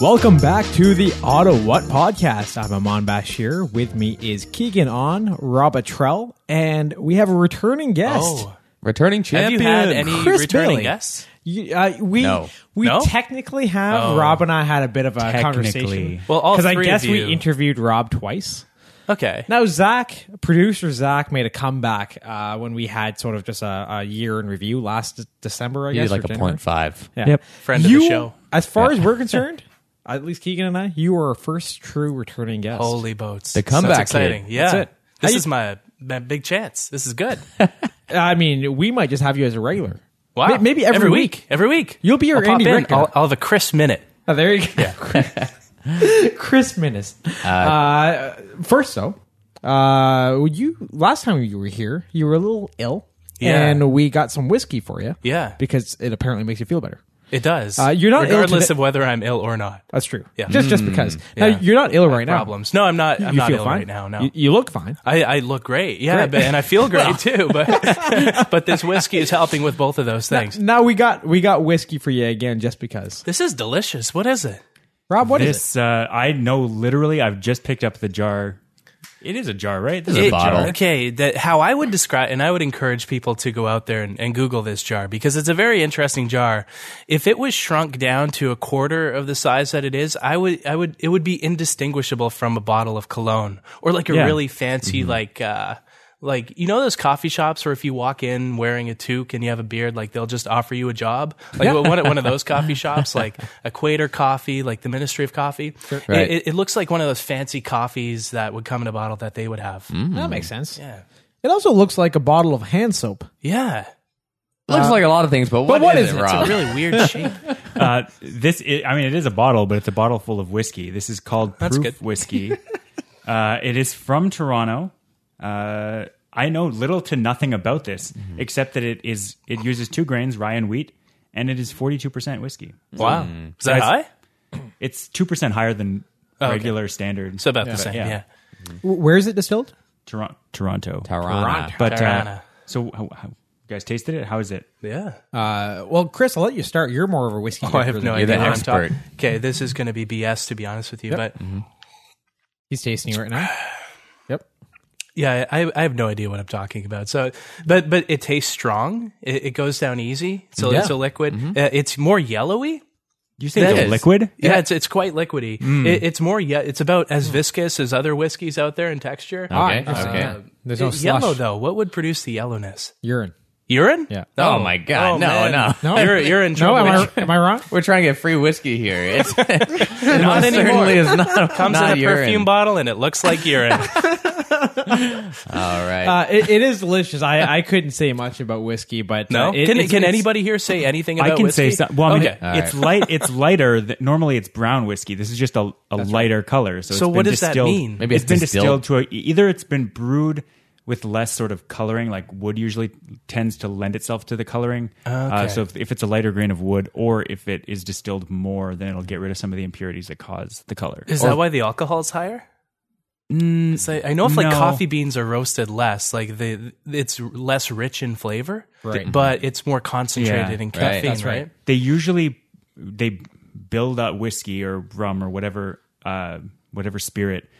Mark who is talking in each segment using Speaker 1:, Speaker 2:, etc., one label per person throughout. Speaker 1: Welcome back to the Auto What podcast. I'm Amon Bashir. With me is Keegan On, Rob Attrell, and we have a returning guest.
Speaker 2: Oh,
Speaker 3: Returning
Speaker 2: have you
Speaker 3: champion.
Speaker 2: had any
Speaker 1: Chris
Speaker 2: returning
Speaker 1: Bailey.
Speaker 2: guests?
Speaker 1: You- uh, we
Speaker 3: No.
Speaker 1: we
Speaker 2: No?
Speaker 1: technically have
Speaker 2: Oh.
Speaker 1: Rob and I had a bit of a
Speaker 4: Technically.
Speaker 1: conversation.
Speaker 2: Well, all
Speaker 1: I
Speaker 2: three
Speaker 1: guess
Speaker 2: of
Speaker 1: we
Speaker 2: you-
Speaker 1: interviewed Rob twice.
Speaker 2: Okay.
Speaker 1: Now Zach, producer Zach, made a comeback uh, when we had sort of just a, a year in review last De- December. I
Speaker 3: You
Speaker 1: guess
Speaker 3: did like
Speaker 1: or
Speaker 3: a
Speaker 1: January.
Speaker 3: point five.
Speaker 1: Yeah.
Speaker 4: Yep.
Speaker 2: Friend of the
Speaker 1: You-
Speaker 2: show.
Speaker 1: As far as we're concerned, at least Keegan and I, you were our first true returning guest.
Speaker 2: Holy boats.
Speaker 3: The comeback
Speaker 2: That's exciting.
Speaker 3: kid.
Speaker 2: Yeah.
Speaker 1: That's it.
Speaker 2: This
Speaker 1: How you-
Speaker 2: is my, my big chance. This is good.
Speaker 1: I mean, we might just have you as a regular.
Speaker 2: Wow.
Speaker 1: May- Maybe every,
Speaker 2: week. Every week.
Speaker 1: You'll be our
Speaker 2: I'll pop
Speaker 1: Andy
Speaker 2: in.
Speaker 1: Richter.
Speaker 2: I'll, I'll have a Chris minute.
Speaker 1: Oh, there you go. Chris Minnis. Uh, first, though, uh, you last time you were here, you were a little ill,
Speaker 2: Yeah.
Speaker 1: and we got some whiskey for you.
Speaker 2: Yeah.
Speaker 1: because it apparently makes you feel better.
Speaker 2: It does.
Speaker 1: Uh, you're not ill
Speaker 2: regardless
Speaker 1: today-
Speaker 2: of whether I'm ill or not.
Speaker 1: That's true.
Speaker 2: Yeah. Mm.
Speaker 1: just just because. Now
Speaker 2: yeah.
Speaker 1: you're not ill right now.
Speaker 2: Problems. No, I'm not. I'm
Speaker 1: you
Speaker 2: not
Speaker 1: feel
Speaker 2: ill
Speaker 1: fine
Speaker 2: right now. No.
Speaker 1: you, you look fine.
Speaker 2: I, I look great, yeah,
Speaker 1: Great.
Speaker 2: But, and I feel great too. But but this whiskey is helping with both of those things.
Speaker 1: Now we got we got whiskey for you again, just because.
Speaker 2: This is delicious. What is it?
Speaker 1: Rob, what is
Speaker 4: This uh, I know literally. I've just picked up the jar. It is a jar, right? This is
Speaker 2: It-
Speaker 3: a bottle.
Speaker 2: Okay, that how I would describe, and I would encourage people to go out there and, and Google this jar because it's a very interesting jar. If it was shrunk down to a quarter of the size that it is, I would, I would, it would be indistinguishable from a bottle of cologne or like a
Speaker 4: Yeah.
Speaker 2: really fancy like. uh like you know those coffee shops where if you walk in wearing a toque and you have a beard, like they'll just offer you a job. Like one, one of those coffee shops, like Equator Coffee, like the Ministry of Coffee. It-
Speaker 3: Right.
Speaker 2: it, it looks like one of those fancy coffees that would come in a bottle that they would have.
Speaker 1: it? That makes sense.
Speaker 2: Yeah.
Speaker 1: It also looks like a bottle of hand soap.
Speaker 2: Yeah.
Speaker 3: Looks like a lot of things, but
Speaker 1: what is it?
Speaker 3: it, Rob?
Speaker 2: It's a really weird shape.
Speaker 4: uh, this i I mean, it is a bottle, but it's a bottle full of whiskey. This is called
Speaker 2: That's
Speaker 4: Proof
Speaker 2: good.
Speaker 4: Whiskey. uh, it is from Toronto. Uh, I know little to nothing about this,
Speaker 2: Mm-hmm.
Speaker 4: except that it is it uses two grains rye and wheat, and it is forty two percent whiskey.
Speaker 2: Wow. Is that
Speaker 4: Guys-
Speaker 2: high?
Speaker 4: It's two percent higher than
Speaker 2: Oh, okay.
Speaker 4: regular standard.
Speaker 2: So about the same. Yeah.
Speaker 4: yeah.
Speaker 1: W- Where is it distilled?
Speaker 4: Toron- Toronto,
Speaker 3: Tarana.
Speaker 4: But uh,
Speaker 2: Toronto.
Speaker 4: so how, how, you guys tasted it? How is it?
Speaker 2: Yeah.
Speaker 1: Uh, well, Chris, I'll let you start. You're more of a whiskey.
Speaker 2: I have no
Speaker 3: You're
Speaker 2: idea.
Speaker 3: the
Speaker 2: what I'm
Speaker 3: expert.
Speaker 2: talking- Okay, this is going to be BS to be honest with you, but
Speaker 1: He's tasting it right now. Yep.
Speaker 2: yeah, I, I have no idea what I'm talking about. So, but but it tastes strong. It, it goes down easy. So
Speaker 1: Yeah.
Speaker 2: it's a liquid. Uh, it's more yellowy.
Speaker 4: You say it's
Speaker 2: That
Speaker 4: a
Speaker 2: is-
Speaker 4: liquid?
Speaker 2: Yeah, it's it's quite liquidy. It, it's more yeah, it's about as viscous as other whiskeys out there in texture.
Speaker 3: Okay.
Speaker 1: Alright,
Speaker 3: okay.
Speaker 1: uh, There's no
Speaker 2: It's yellow
Speaker 1: slush.
Speaker 2: though. What would produce the yellowness?
Speaker 1: Urine.
Speaker 2: Urine?
Speaker 1: Yeah.
Speaker 3: Oh, my God. No, no.
Speaker 1: No?
Speaker 2: You're, you're in
Speaker 1: No,
Speaker 2: trouble.
Speaker 1: am I, am I wrong?
Speaker 3: We're trying to get free whiskey here. It's
Speaker 2: not
Speaker 3: it
Speaker 2: anymore.
Speaker 3: certainly is not
Speaker 2: comes
Speaker 3: not
Speaker 2: in a
Speaker 3: urine.
Speaker 2: perfume bottle and it looks like urine.
Speaker 3: All right.
Speaker 1: Uh, it, it is delicious. I, I couldn't say much about whiskey, but
Speaker 2: No,
Speaker 1: uh, it-
Speaker 2: can
Speaker 1: it's-
Speaker 2: can
Speaker 1: it's-
Speaker 2: anybody here say anything about
Speaker 4: I can
Speaker 2: whiskey?
Speaker 4: say something. Well, I mean,
Speaker 2: okay.
Speaker 3: All
Speaker 4: it's light. It's lighter. Than, normally, it's brown whiskey. This is just a, a lighter color. So, it's
Speaker 2: So
Speaker 4: been
Speaker 2: what does that
Speaker 4: distilled-
Speaker 2: mean?
Speaker 3: Maybe
Speaker 4: it's
Speaker 3: it's
Speaker 4: been
Speaker 3: distilled.
Speaker 4: distilled to a, e, either it's been brewed with less sort of coloring, like wood usually tends to lend itself to the coloring. Uh, so if, if it's a lighter grain of wood, or if it is distilled more, then it'll get rid of some of the impurities that cause the color.
Speaker 2: Is that why the alcohol is higher? It's like- I know if like
Speaker 4: no.
Speaker 2: coffee beans are roasted less, like the it's less rich in flavor,
Speaker 1: Right.
Speaker 2: but it's more concentrated
Speaker 4: Yeah.
Speaker 2: in
Speaker 4: Right.
Speaker 2: caffeine,
Speaker 1: That's right.
Speaker 2: right?
Speaker 4: they usually they build up whiskey or rum or whatever uh, whatever spirit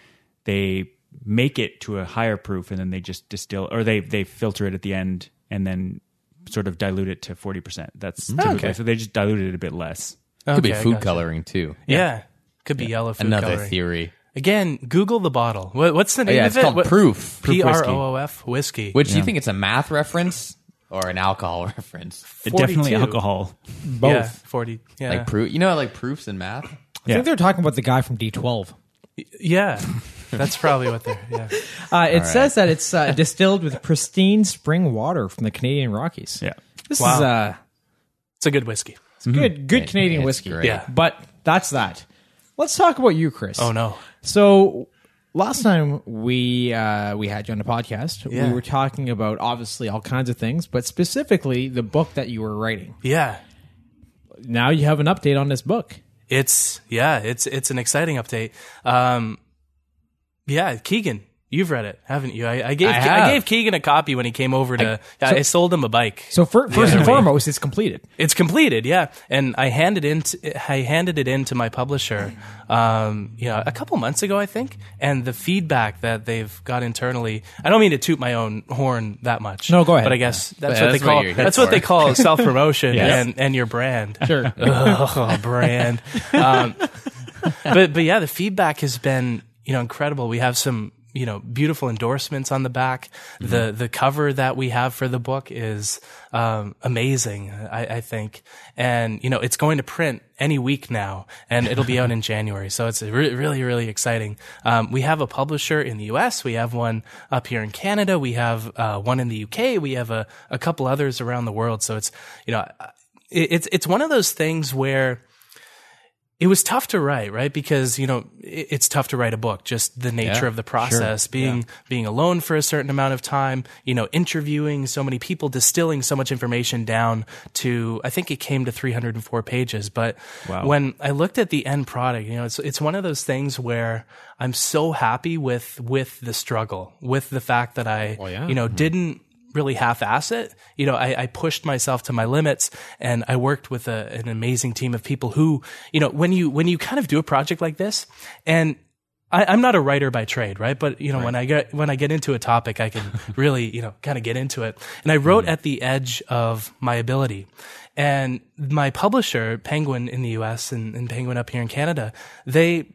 Speaker 4: they make it to a higher proof and then they just distill or they they filter it at the end and then sort of dilute it to 40% that's typically
Speaker 2: Hmm. Okay.
Speaker 4: so they just dilute it a bit less
Speaker 3: Could be
Speaker 2: Okay, I
Speaker 3: food
Speaker 2: gotcha.
Speaker 3: coloring too.
Speaker 2: Yeah. Could be yellow food
Speaker 3: Another
Speaker 2: coloring.
Speaker 3: theory.
Speaker 2: Again, Google the bottle. What, what's the name
Speaker 3: yeah,
Speaker 2: of
Speaker 3: it's
Speaker 2: it?
Speaker 3: called
Speaker 2: What-
Speaker 3: Proof. Proof
Speaker 2: P
Speaker 3: whiskey.
Speaker 2: R O O F whiskey.
Speaker 3: Which do you think it's a math reference or an alcohol reference?
Speaker 4: It definitely
Speaker 2: 42.
Speaker 4: alcohol
Speaker 1: both?
Speaker 2: Yeah, forty. Yeah,
Speaker 3: Like proof. You know, like proofs in math.
Speaker 1: I
Speaker 4: Yeah.
Speaker 1: think they're talking about the guy from D12.
Speaker 2: yeah. That's probably what they're. Yeah.
Speaker 1: Uh, it says that it's uh, distilled with pristine spring water from the Canadian Rockies.
Speaker 4: yeah
Speaker 1: This
Speaker 2: Wow.
Speaker 1: is uh,
Speaker 2: It's a good whiskey.
Speaker 1: it's good, good Canadian
Speaker 3: it's
Speaker 1: whiskey.
Speaker 3: great.
Speaker 2: Yeah.
Speaker 1: But that's that. Let's talk about you, Chris.
Speaker 2: Oh no.
Speaker 1: So last time we uh, we had you on the podcast,
Speaker 2: Yeah.
Speaker 1: we were talking about obviously all kinds of things, but specifically the book that you were writing.
Speaker 2: Yeah.
Speaker 1: Now you have an update on this book.
Speaker 2: It's yeah, it's it's an exciting update. Um, yeah, Keegan, You've read it, haven't you? I, I gave
Speaker 3: I
Speaker 2: Ke-
Speaker 3: have.
Speaker 2: I gave Keegan a copy when he came over to. I, I sold him a bike.
Speaker 1: So fir- first and
Speaker 2: way.
Speaker 1: foremost, it's completed.
Speaker 2: It's completed, yeah. And I handed in t- I handed it in to my publisher, um, you know, a couple months ago, I think. And the feedback that they've got internally, I don't mean to toot my own horn that much.
Speaker 1: No, go ahead.
Speaker 2: But I guess that's
Speaker 3: Yeah,
Speaker 2: what
Speaker 3: that's
Speaker 2: they
Speaker 3: what
Speaker 2: call
Speaker 3: you're here
Speaker 2: that's what
Speaker 3: for.
Speaker 2: they call self promotion
Speaker 4: Yes.
Speaker 2: and and your brand.
Speaker 1: Sure.
Speaker 2: oh, brand. Um, but but yeah, the feedback has been you know incredible. We have some you know beautiful endorsements on the back. The the cover that we have for the book is um, amazing. I, I think, and you know it's going to print any week now, and it'll be out in January. So it's re- really really exciting. Um, we have a publisher in the U.S. We have one up here in Canada. We have uh, one in the U.K. We have a a couple others around the world. So it's you know. it- It's it's one of those things where it was tough to write, right? Because you know it, it's tough to write a book. Just the nature of the process, being being alone for a certain amount of time, you know, interviewing so many people, distilling so much information down to I think it came to 304 pages. But when I looked at the end product, you know, it's it's one of those things where I'm so happy with with the struggle, with the fact that I you know didn't really half-ass it. You know, I, I pushed myself to my limits and I worked with a, an amazing team of people who, you know, when you, when you kind of do a project like this and I, I'm not a writer by trade, right? But you know, when I get, when I get into a topic, I can really, you know, kind of get into it. And I wrote at the edge of my ability and my publisher, Penguin in the US and, and Penguin up here in Canada, they,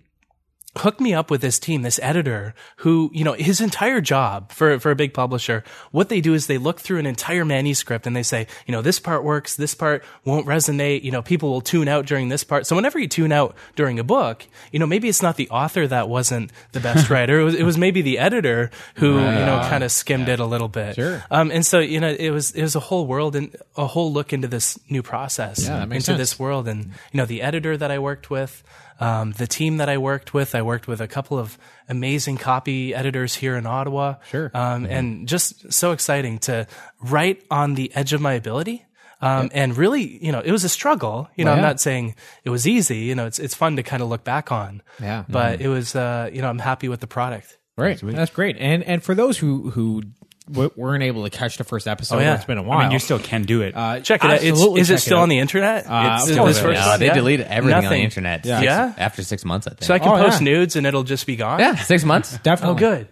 Speaker 2: hooked me up with this team, this editor who, you know, his entire job for, for a big publisher, what they do is they look through an entire manuscript and they say, you know, this part works, this part won't resonate, you know, people will tune out during this part. So whenever you tune out during a book, you know, maybe it's not the author that wasn't the best writer. It was, it was maybe the editor who, you know, kind of skimmed it a little bit. Sure. Um, and so, you know, it was, it was a whole world and a whole look into this new process,
Speaker 3: that makes
Speaker 2: into
Speaker 3: sense.
Speaker 2: this this world and you know the editor that i worked with um, the team that i worked with i worked with a couple of amazing copy editors here in ottawa sure um, and just so exciting to write on the edge of my ability um, and really you know it was a struggle you know i'm not saying it was easy you know it's, it's fun to kind of look back on
Speaker 3: Yeah.
Speaker 2: but it was uh, you know i'm happy with the product
Speaker 1: Right. That's great. And and for those who who w- weren't able to catch the first episode,
Speaker 2: Oh, yeah.
Speaker 1: it's been a
Speaker 4: I
Speaker 1: while.
Speaker 4: mean, you still can do it.
Speaker 1: uh,
Speaker 2: check it out it's,
Speaker 1: absolutely
Speaker 2: is it
Speaker 1: check
Speaker 2: still on
Speaker 1: out.
Speaker 2: the internet
Speaker 1: Uh,
Speaker 2: it's
Speaker 1: it's
Speaker 2: this
Speaker 1: still
Speaker 2: first-
Speaker 3: No, they
Speaker 2: yeah.
Speaker 3: deleted everything on
Speaker 2: Nothing.
Speaker 3: the internet.
Speaker 2: Yeah.
Speaker 3: Six- after six months, I think. Oh,
Speaker 2: so i can
Speaker 1: Oh,
Speaker 2: post
Speaker 1: yeah.
Speaker 2: nudes and it'll just be gone
Speaker 3: yeah, six months.
Speaker 1: Definitely.
Speaker 2: oh good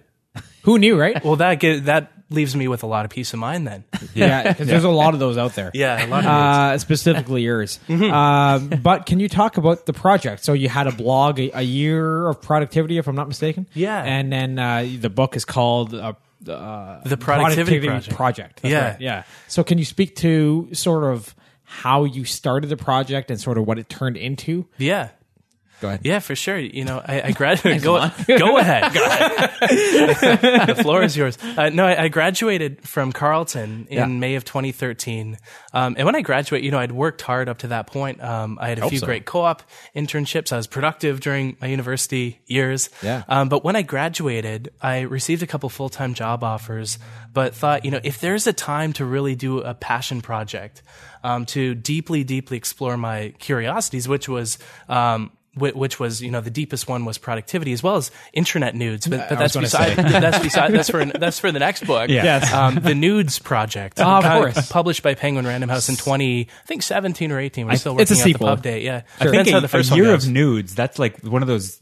Speaker 1: Who knew, right?
Speaker 2: Well, that get, that leaves me with a lot of peace of mind then.
Speaker 1: yeah, because there's a lot of those out there.
Speaker 2: Yeah, a lot of
Speaker 1: Uh, specifically yours.
Speaker 2: Mm-hmm.
Speaker 1: Um, but can you talk about the project? So you had a blog, a, a year of productivity, if I'm not mistaken.
Speaker 2: Yeah.
Speaker 1: and then uh, the book is called uh, uh,
Speaker 2: The Productivity Project.
Speaker 1: That's
Speaker 2: Yeah.
Speaker 1: right. yeah. So can you speak to sort of how you started the project and sort of what it turned into?
Speaker 2: yeah.
Speaker 1: Go ahead.
Speaker 2: Yeah, for sure. You know, I, I graduated. go, go ahead. Go ahead. the floor is yours. Uh, no, I, I graduated from Carleton in May of 2013. Um, and when I graduate, you know, I'd worked hard up to that point. Um, I had a few great co-op internships. I was productive during my university years.
Speaker 3: Yeah.
Speaker 2: Um, but when I graduated, I received a couple full time job offers, but thought, you know, if there's a time to really do a passion project, um, to deeply, deeply explore my curiosities, which was, um, whi- which was, you know, the deepest one was productivity as well as internet nudes, but, but that's beside, that's beside, that's for, that's for the next book.
Speaker 4: Yeah. Yes.
Speaker 2: Um, the nudes project,
Speaker 1: Of
Speaker 2: uh,
Speaker 1: course.
Speaker 2: published by Penguin Random House in 20, I think 17 or 18. We're still working
Speaker 1: it's a sequel.
Speaker 2: out the update. Yeah.
Speaker 4: I think
Speaker 2: That's
Speaker 4: a,
Speaker 2: how the first
Speaker 4: a
Speaker 2: one
Speaker 4: year
Speaker 2: goes.
Speaker 4: of nudes. That's like one of those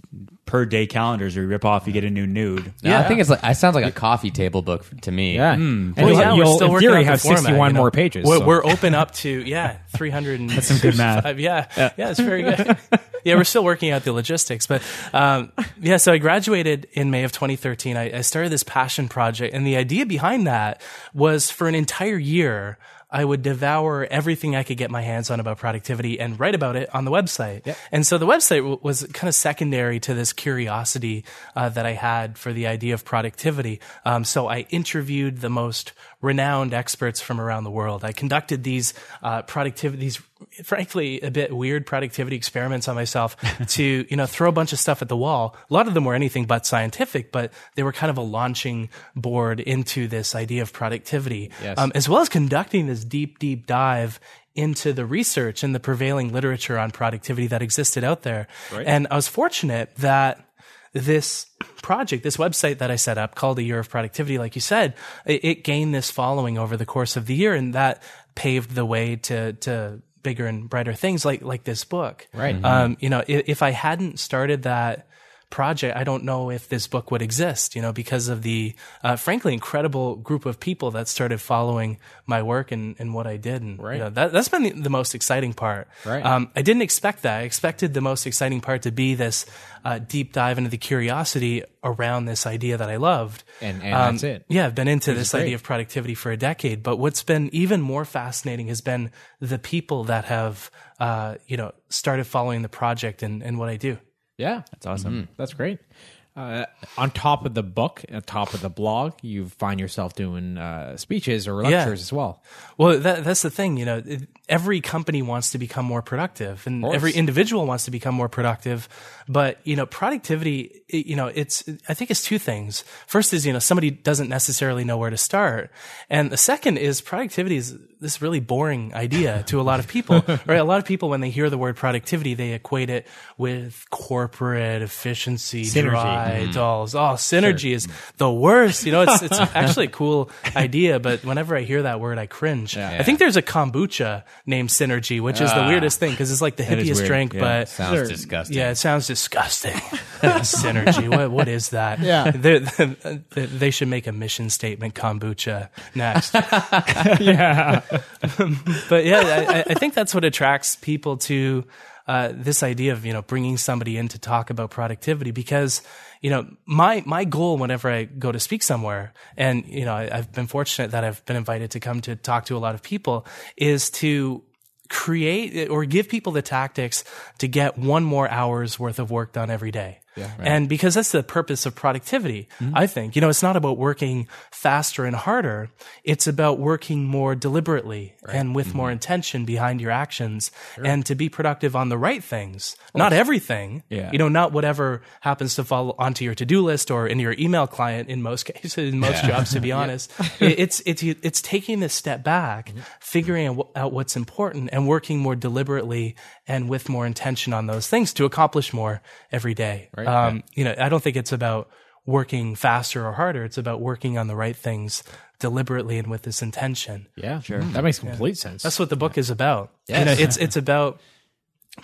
Speaker 4: per day calendars where you rip off, you get a new nude.
Speaker 3: No, I think it's like, it sounds like a coffee table book f- to me.
Speaker 1: Yeah, Hmm. and
Speaker 2: Well,
Speaker 1: you'll,
Speaker 2: yeah, we're
Speaker 1: you'll,
Speaker 2: still
Speaker 1: in
Speaker 2: working
Speaker 1: theory
Speaker 2: out the
Speaker 1: have
Speaker 2: format,
Speaker 1: 61
Speaker 2: you know.
Speaker 1: more pages.
Speaker 2: We're,
Speaker 1: so-
Speaker 2: we're open up to yeah, three hundred. That's
Speaker 4: some good math.
Speaker 2: Yeah, yeah, it's very good. yeah, we're still working out the logistics, but um, yeah. So I graduated in May of 2013. I, I started this passion project, and the idea behind that was for an entire year. I would devour everything I could get my hands on about productivity and write about it on the website. And so the website w- was kind of secondary to this curiosity uh, that I had for the idea of productivity. Um, so I interviewed the most renowned experts from around the world. I conducted these uh, productivity, these frankly a bit weird productivity experiments on myself to you know throw a bunch of stuff at the wall. A lot of them were anything but scientific, but they were kind of a launching board into this idea of productivity, um, as well as conducting this deep, deep dive into the research and the prevailing literature on productivity that existed out there. And I was fortunate that this project, this website that I set up called A Year of Productivity, like you said, it, it gained this following over the course of the year, and that paved the way to to bigger and brighter things like like this book.
Speaker 3: Right.
Speaker 2: Um, you know, if, if I hadn't started that project, I don't know if this book would exist, you know, because of the, uh, frankly, incredible group of people that started following my work and, and what I did. And, right. you know, that, that's been the, the most exciting part.
Speaker 3: Right.
Speaker 2: Um, I didn't expect that. I expected the most exciting part to be this, uh, deep dive into the curiosity around this idea that I loved. Um,
Speaker 3: And- and that's it.
Speaker 2: Yeah, I've been into this idea of productivity for a decade, but what's been even more fascinating has been the people that have, uh, you know, started following the project and, and what I do.
Speaker 1: Yeah, that's
Speaker 4: awesome.
Speaker 1: That's great. Uh, on top of the book, on top of the blog, you find yourself doing uh, speeches or lectures as well.
Speaker 2: Well, that, that's the thing, you know. it- Every company wants to become more productive, and every individual wants to become more productive. But you know, productivity, it- you know, it's I think it's two things. First is you know somebody doesn't necessarily know where to start, and the second is productivity is this really boring idea to a lot of people. right, a lot of people when they hear the word productivity, they equate it with corporate efficiency,
Speaker 1: Synergy.
Speaker 2: drive,
Speaker 4: Mm-hmm.
Speaker 2: Right, dolls. Oh, synergy is the worst. You know, it's it's actually a cool idea, but whenever I hear that word, I cringe. I think there's a kombucha named synergy, which is the weirdest thing because it's like the
Speaker 4: Ah. is
Speaker 2: hippiest
Speaker 4: weird.
Speaker 2: drink,
Speaker 4: Yeah.
Speaker 2: but
Speaker 3: Sounds disgusting.
Speaker 2: yeah, it sounds disgusting. synergy. What what is that?
Speaker 1: Yeah.
Speaker 2: They're- they they should make a mission statement. Kombucha next.
Speaker 1: yeah,
Speaker 2: but yeah, I, I- I think that's what attracts people to uh, this idea of you know bringing somebody in to talk about productivity because you know my my goal whenever I go to speak somewhere and you know I, I've been fortunate that I've been invited to come to talk to a lot of people is to create or give people the tactics to get one more hour's worth of work done every day. And because that's the purpose of productivity, I think, you know, it's not about working faster and harder. It's about working more deliberately and with more intention behind your actions and to be productive on the right things, not everything.
Speaker 4: Yeah.
Speaker 2: You know, not whatever happens to fall onto your to-do list or into your email client in most cases, in most jobs, to be honest. It- it's, it's, it's taking this step back, figuring out wh- out what's important and working more deliberately and with more intention on those things to accomplish more every day. Um, You know, I don't think it's about working faster or harder. It's about working on the right things deliberately and with this intention.
Speaker 1: yeah, sure. That makes complete sense.
Speaker 2: That's what the book is about. You know, it's it's about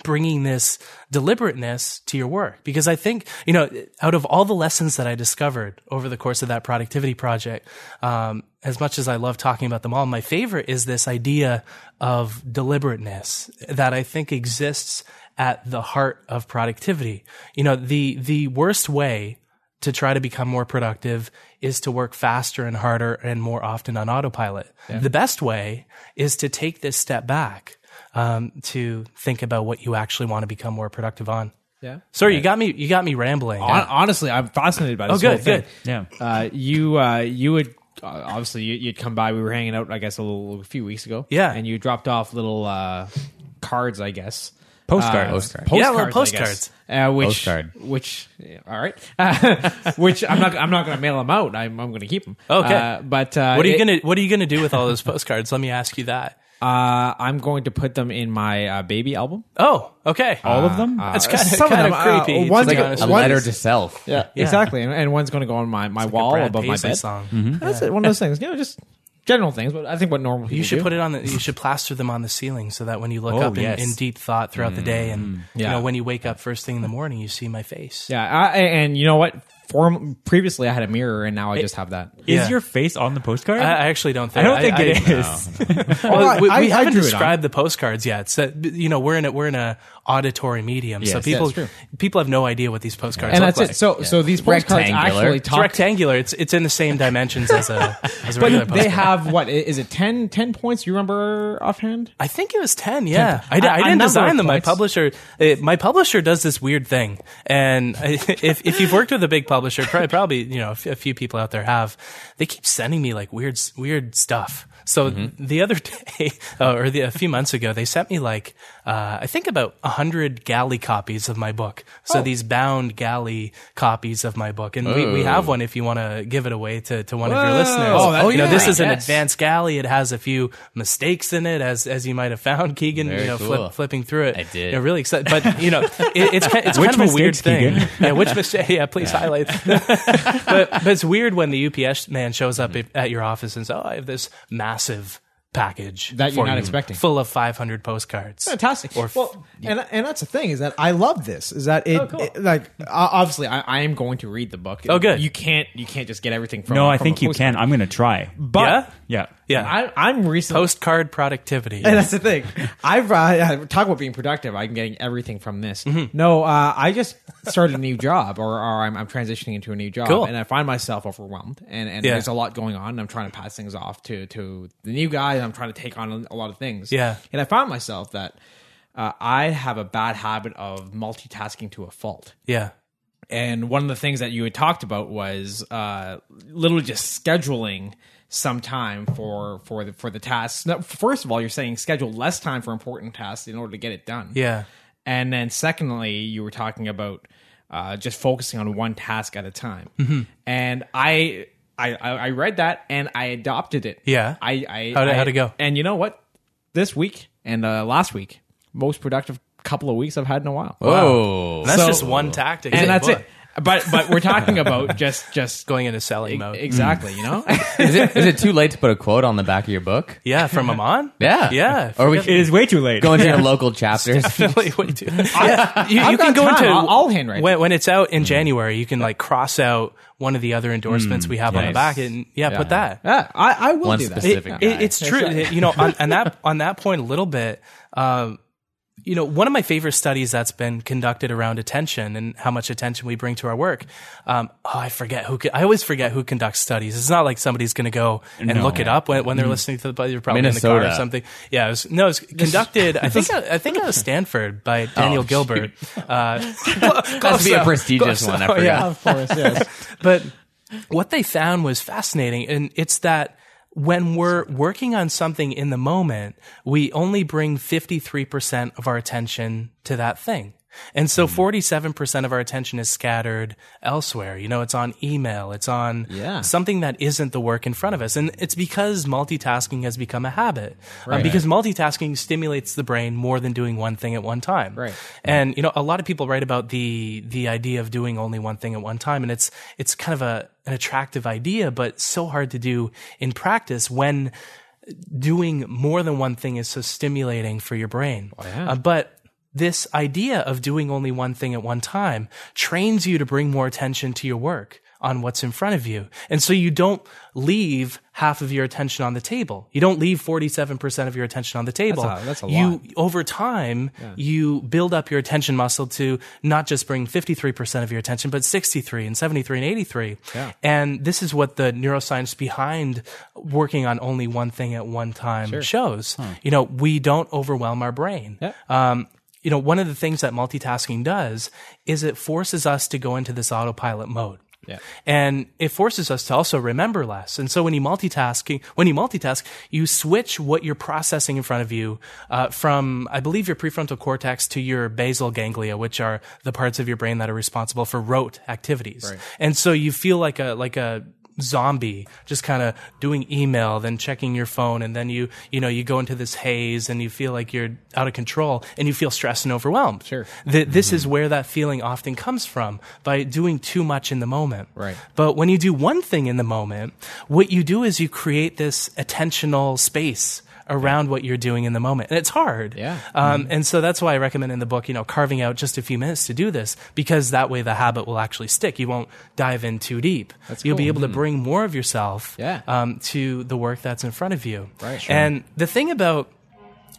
Speaker 2: bringing this deliberateness to your work because I think you know out of all the lessons that I discovered over the course of that productivity project, um, as much as I love talking about them all, my favorite is this idea of deliberateness that I think exists at the heart of productivity. You know, the the worst way to try to become more productive is to work faster and harder and more often on autopilot. The best way is to take this step back um, to think about what you actually want to become more productive on.
Speaker 1: yeah.
Speaker 2: Sorry, you got me. You got me rambling.
Speaker 1: Hon- honestly, I'm fascinated by this
Speaker 2: good,
Speaker 1: whole thing.
Speaker 2: good.
Speaker 4: Yeah.
Speaker 1: Uh, you uh, you would uh, obviously you, you'd come by. We were hanging out, I guess, a little a few weeks ago.
Speaker 2: Yeah.
Speaker 1: and you dropped off little uh, cards, I guess.
Speaker 4: Postcards.
Speaker 1: Uh,
Speaker 3: Postcards.
Speaker 2: Yeah, little
Speaker 1: I guess. Uh, which,
Speaker 3: Postcard.
Speaker 1: Which, yeah, all right. which I'm not. I'm not going to mail them out. I'm. I'm going to keep them.
Speaker 2: Oh, Okay.
Speaker 1: Uh, but uh,
Speaker 2: what are you
Speaker 1: it-
Speaker 2: gonna What are you gonna do with all those postcards? Let me ask you that.
Speaker 1: Uh, I'm going to put them in my uh, baby album.
Speaker 2: Oh, okay.
Speaker 4: All of them?
Speaker 2: That's kind of
Speaker 1: some of
Speaker 2: kind
Speaker 1: them, uh,
Speaker 2: of creepy.
Speaker 1: one's
Speaker 2: to be
Speaker 1: like a-
Speaker 2: honest
Speaker 3: A
Speaker 2: with you.
Speaker 1: What
Speaker 3: letter
Speaker 1: is-
Speaker 3: to self.
Speaker 1: exactly. And, and one's going to go on my, my wall
Speaker 2: Brad
Speaker 1: above my
Speaker 2: Paisley
Speaker 1: bed.
Speaker 2: song.
Speaker 4: Mm-hmm.
Speaker 1: That's it. One of those things. You know, just general things. But I think what normal people
Speaker 2: You should
Speaker 1: do.
Speaker 2: put it on the. You should plaster them on the ceiling so that when you look
Speaker 4: Oh,
Speaker 2: up in,
Speaker 4: yes.
Speaker 2: in deep thought throughout the day, and you
Speaker 1: Mm. Yeah.
Speaker 2: know when you wake up first thing in the morning, you see my face.
Speaker 1: Yeah, I, and you know what? Form previously, I had a mirror, and now I just have that.
Speaker 4: Is
Speaker 2: Yeah.
Speaker 4: your face on the postcard?
Speaker 2: I, I actually don't
Speaker 4: I
Speaker 2: think.
Speaker 4: don't think it is.
Speaker 2: Well,
Speaker 1: I-
Speaker 2: we, we
Speaker 1: I- I
Speaker 2: haven't
Speaker 1: drew it on.
Speaker 2: described the postcards yet. So you know we're in a we're in a auditory medium, so
Speaker 4: Yes.
Speaker 2: people
Speaker 1: That's true.
Speaker 2: people have no idea what these postcards
Speaker 1: And
Speaker 2: look
Speaker 1: that's
Speaker 2: like.
Speaker 1: it. So, so these postcards
Speaker 3: Rectangular.
Speaker 1: actually
Speaker 2: it's
Speaker 1: talk.
Speaker 2: rectangular. It's it's in the same dimensions as a as a regular
Speaker 1: But
Speaker 2: postcard.
Speaker 1: they have what i- is it 10, 10 points? You remember offhand?
Speaker 2: I think it was ten. Yeah, I, di-
Speaker 1: A-
Speaker 2: I
Speaker 1: a
Speaker 2: didn't
Speaker 1: number
Speaker 2: design
Speaker 1: of
Speaker 2: them. My
Speaker 1: points.
Speaker 2: publisher, uh my publisher does this weird thing, and I, if if you've worked with a big publisher, probably, probably you know a f- a few people out there have. They keep sending me like weird s- weird stuff. So the other day, uh, or the, a few months ago, they sent me like uh, I think about hundred galley copies of my book. So these bound galley copies of my book, and we, we have one if you want to give it away to, to one of your listeners.
Speaker 3: Oh, that'd
Speaker 2: you
Speaker 3: be
Speaker 2: know, this
Speaker 3: great.
Speaker 2: is an
Speaker 3: Yes.
Speaker 2: advanced galley. It has a few mistakes in it, as as you might have found, Keegan.
Speaker 3: Very
Speaker 2: you know,
Speaker 3: cool.
Speaker 2: flip, flipping through it.
Speaker 3: I did.
Speaker 2: You know, really excited, but you know, it, it's kind, it's kind of a weird
Speaker 4: mistakes,
Speaker 2: thing.
Speaker 4: Keegan?
Speaker 2: Yeah, which mistake? Yeah, please highlight. but, but it's weird when the UPS man shows up if- at your office and says, "Oh, I have this massive package
Speaker 1: That you're
Speaker 2: for
Speaker 1: not
Speaker 2: you,
Speaker 1: expecting.
Speaker 2: full of 500 postcards."
Speaker 1: fantastic.
Speaker 2: Or f-
Speaker 1: well, and and that's the thing is that I love this. Is that it?
Speaker 2: cool.
Speaker 1: it- like o- obviously, I, I am going to read the book.
Speaker 2: Oh, good.
Speaker 1: You can't you can't just get everything from.
Speaker 4: No, I
Speaker 1: from
Speaker 4: think
Speaker 1: a
Speaker 4: you
Speaker 1: post-
Speaker 4: can. I'm going to try.
Speaker 1: But
Speaker 2: yeah,
Speaker 4: Yeah.
Speaker 2: yeah.
Speaker 1: I, I'm recently.
Speaker 2: Postcard productivity.
Speaker 1: and that's the thing. I've uh, talk about being productive. I'm getting everything from this.
Speaker 2: Mm-hmm.
Speaker 1: No, uh, I just started a new job, or, or I'm, I'm transitioning into a new job,
Speaker 2: Cool.
Speaker 1: and I find myself overwhelmed. And, and
Speaker 2: Yeah.
Speaker 1: there's a lot going on. And I'm trying to pass things off to to the new guy. And I'm trying to take on a lot of things.
Speaker 2: Yeah.
Speaker 1: And I found myself that uh, I have a bad habit of multitasking to a fault.
Speaker 2: Yeah.
Speaker 1: And one of the things that you had talked about was uh, literally just scheduling some time for for the for the tasks. Now, first of all, you're saying schedule less time for important tasks in order to get it done.
Speaker 2: Yeah.
Speaker 1: And then secondly, you were talking about uh, just focusing on one task at a time.
Speaker 2: Mm-hmm.
Speaker 1: And I, I I I read that and I adopted it.
Speaker 2: Yeah.
Speaker 1: I, I
Speaker 2: How'd it-
Speaker 1: I-
Speaker 2: how'd it go?
Speaker 1: And you know what? This week and uh, last week, most productive couple of weeks I've had in a while.
Speaker 3: Whoa.
Speaker 2: And that's
Speaker 1: So-
Speaker 2: just one tactic. in
Speaker 1: and
Speaker 2: the
Speaker 1: that's
Speaker 2: book.
Speaker 1: it. But but we're talking about just just
Speaker 2: Going into
Speaker 1: E-,
Speaker 2: selling
Speaker 1: Mm.
Speaker 2: mode.
Speaker 1: exactly, you know.
Speaker 3: is, it, is it too late to put a quote on the back of your book?
Speaker 2: yeah, from Amon.
Speaker 3: Yeah.
Speaker 2: Yeah.
Speaker 3: Or we
Speaker 4: It is way too late.
Speaker 3: go into your local chapters.
Speaker 2: Definitely way too. Yeah, you, you
Speaker 1: I've
Speaker 2: can
Speaker 1: got
Speaker 2: go
Speaker 1: time.
Speaker 2: into
Speaker 1: I'll- I'll handwrite
Speaker 2: when, when it's out in January. You can like cross out one of the other endorsements we have on the back,
Speaker 3: Nice.
Speaker 2: and yeah, put that.
Speaker 1: yeah, I, I will
Speaker 3: One
Speaker 1: do that.
Speaker 3: specific
Speaker 1: Yeah.
Speaker 3: guy.
Speaker 2: It- it's true. You know, on, on that on that point a little bit. Um, you know, one of my favorite studies that's been conducted around attention and how much attention we bring to our work. Um, oh, I forget who. co- I always forget who conducts studies. It's not like somebody's going to go and look it up when, when
Speaker 1: Mm-hmm.
Speaker 2: they're listening to the. You're probably in the car or
Speaker 3: Minnesota.
Speaker 2: something. Yeah, it was, no, it's conducted. I think uh, I think out of Stanford
Speaker 3: Oh,
Speaker 2: by Daniel Gilbert. Uh,
Speaker 3: That's be a prestigious one. I forgot.
Speaker 1: Yeah, of course, yes.
Speaker 2: but what they found was fascinating and it's that when we're working on something in the moment we only bring 53% of our attention to that thing and so 47% of our attention is scattered elsewhere you know it's on email it's on
Speaker 1: Yeah.
Speaker 2: something that isn't the work in front of us and it's because multitasking has become a habit Um, because multitasking stimulates the brain more than doing one thing at one time
Speaker 1: Right.
Speaker 2: and you know, a lot of people write about the the idea of doing only one thing at one time, and it's it's kind of a an attractive idea, but so hard to do in practice when doing more than one thing is so stimulating for your brain.
Speaker 1: Oh,
Speaker 2: Uh, but this idea of doing only one thing at one time trains you to bring more attention to your work on what's in front of you. And so you don't leave half of your attention on the table. You don't leave 47% of your attention on the table.
Speaker 1: a- that's a
Speaker 2: you
Speaker 1: lot.
Speaker 2: over time, you build up your attention muscle to not just bring 53% of your attention, but 63 and 73 and 83. And this is what the neuroscience behind working on only one thing at one time shows. You know, we don't overwhelm our brain. Um, you know, one of the things that multitasking does is it forces us to go into this autopilot mode. Yeah. And it forces us to also remember less. And so when you multitasking, when you multitask, you switch what you're processing in front of you uh, from, I believe, your prefrontal cortex to your basal ganglia, which are the parts of your brain that are responsible for rote activities. And so you feel like a like a zombie just kind of doing email then checking your phone and then you you know you go into this haze and you feel like you're out of control and you feel stressed and overwhelmed sure Th- this is where that feeling often comes from by doing too much in the moment
Speaker 1: Right.
Speaker 2: but when you do one thing in the moment what you do is you create this attentional space around what you're doing in the moment and it's hard
Speaker 1: Yeah.
Speaker 2: um, and so that's why i recommend in the book you know carving out just a few minutes to do this because that way the habit will actually stick you won't dive in too deep you'll be able to bring more of yourself
Speaker 1: Yeah.
Speaker 2: um, to the work that's in front of you
Speaker 1: Right. Sure.
Speaker 2: and the thing about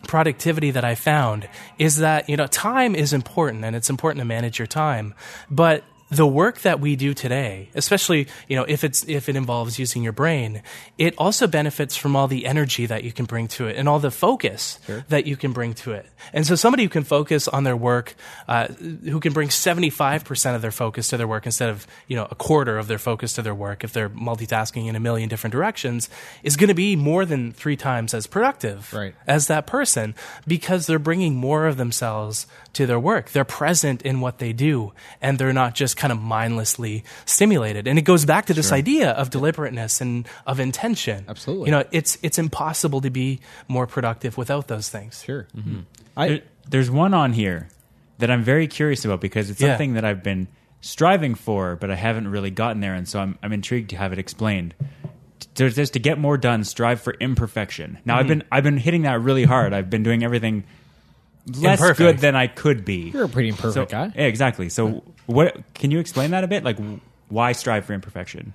Speaker 2: productivity that I found is that, you know, time is important and it's important to manage your time, but the work that we do today, especially you know if it's if it involves using your brain, it also benefits from all the energy that you can bring to it and all the focus that you can bring to it. And so somebody who can focus on their work, uh, who can bring seventy five percent of their focus to their work instead of you know a quarter of their focus to their work if they're multitasking in a million different directions, is going to be more than three times as productive
Speaker 1: Right.
Speaker 2: as that person because they're bringing more of themselves to their work. They're present in what they do and they're not just kind of mindlessly stimulated. And it goes back to this idea of deliberateness and of intention.
Speaker 1: Absolutely.
Speaker 2: You know, it's it's impossible to be more productive without those things.
Speaker 1: Sure. I
Speaker 4: There- there's one on here that I'm very curious about because it's
Speaker 2: Yeah.
Speaker 4: something that I've been striving for, but I haven't really gotten there, and so I'm I'm intrigued to have it explained. There's this to get more done, strive for imperfection. Now
Speaker 1: Mm-hmm.
Speaker 4: I've been I've been hitting that really hard. I've been doing everything less
Speaker 2: Imperfect.
Speaker 4: good than I could be.
Speaker 1: you're a pretty imperfect
Speaker 4: so,
Speaker 1: guy.
Speaker 4: Yeah, exactly. So what can you explain that a bit? Like why strive for imperfection?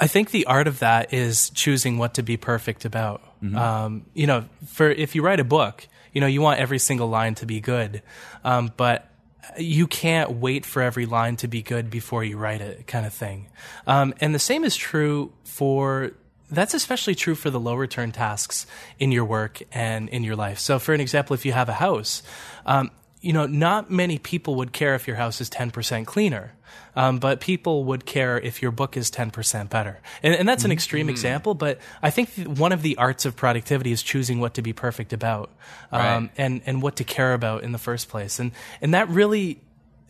Speaker 2: I think the art of that is choosing what to be perfect about. Um, you know, for if you write a book, you know, you want every single line to be good, um, but you can't wait for every line to be good before you write it, kind of thing. Um, and the same is true for that's especially true for the low return tasks in your work and in your life. So, for an example, if you have a house, um, you know, not many people would care if your house is 10% cleaner, um, but people would care if your book is 10% better. And, and that's an extreme example, but I think th- one of the arts of productivity is choosing what to be perfect about um,
Speaker 1: Right.
Speaker 2: and, and what to care about in the first place. And, and that really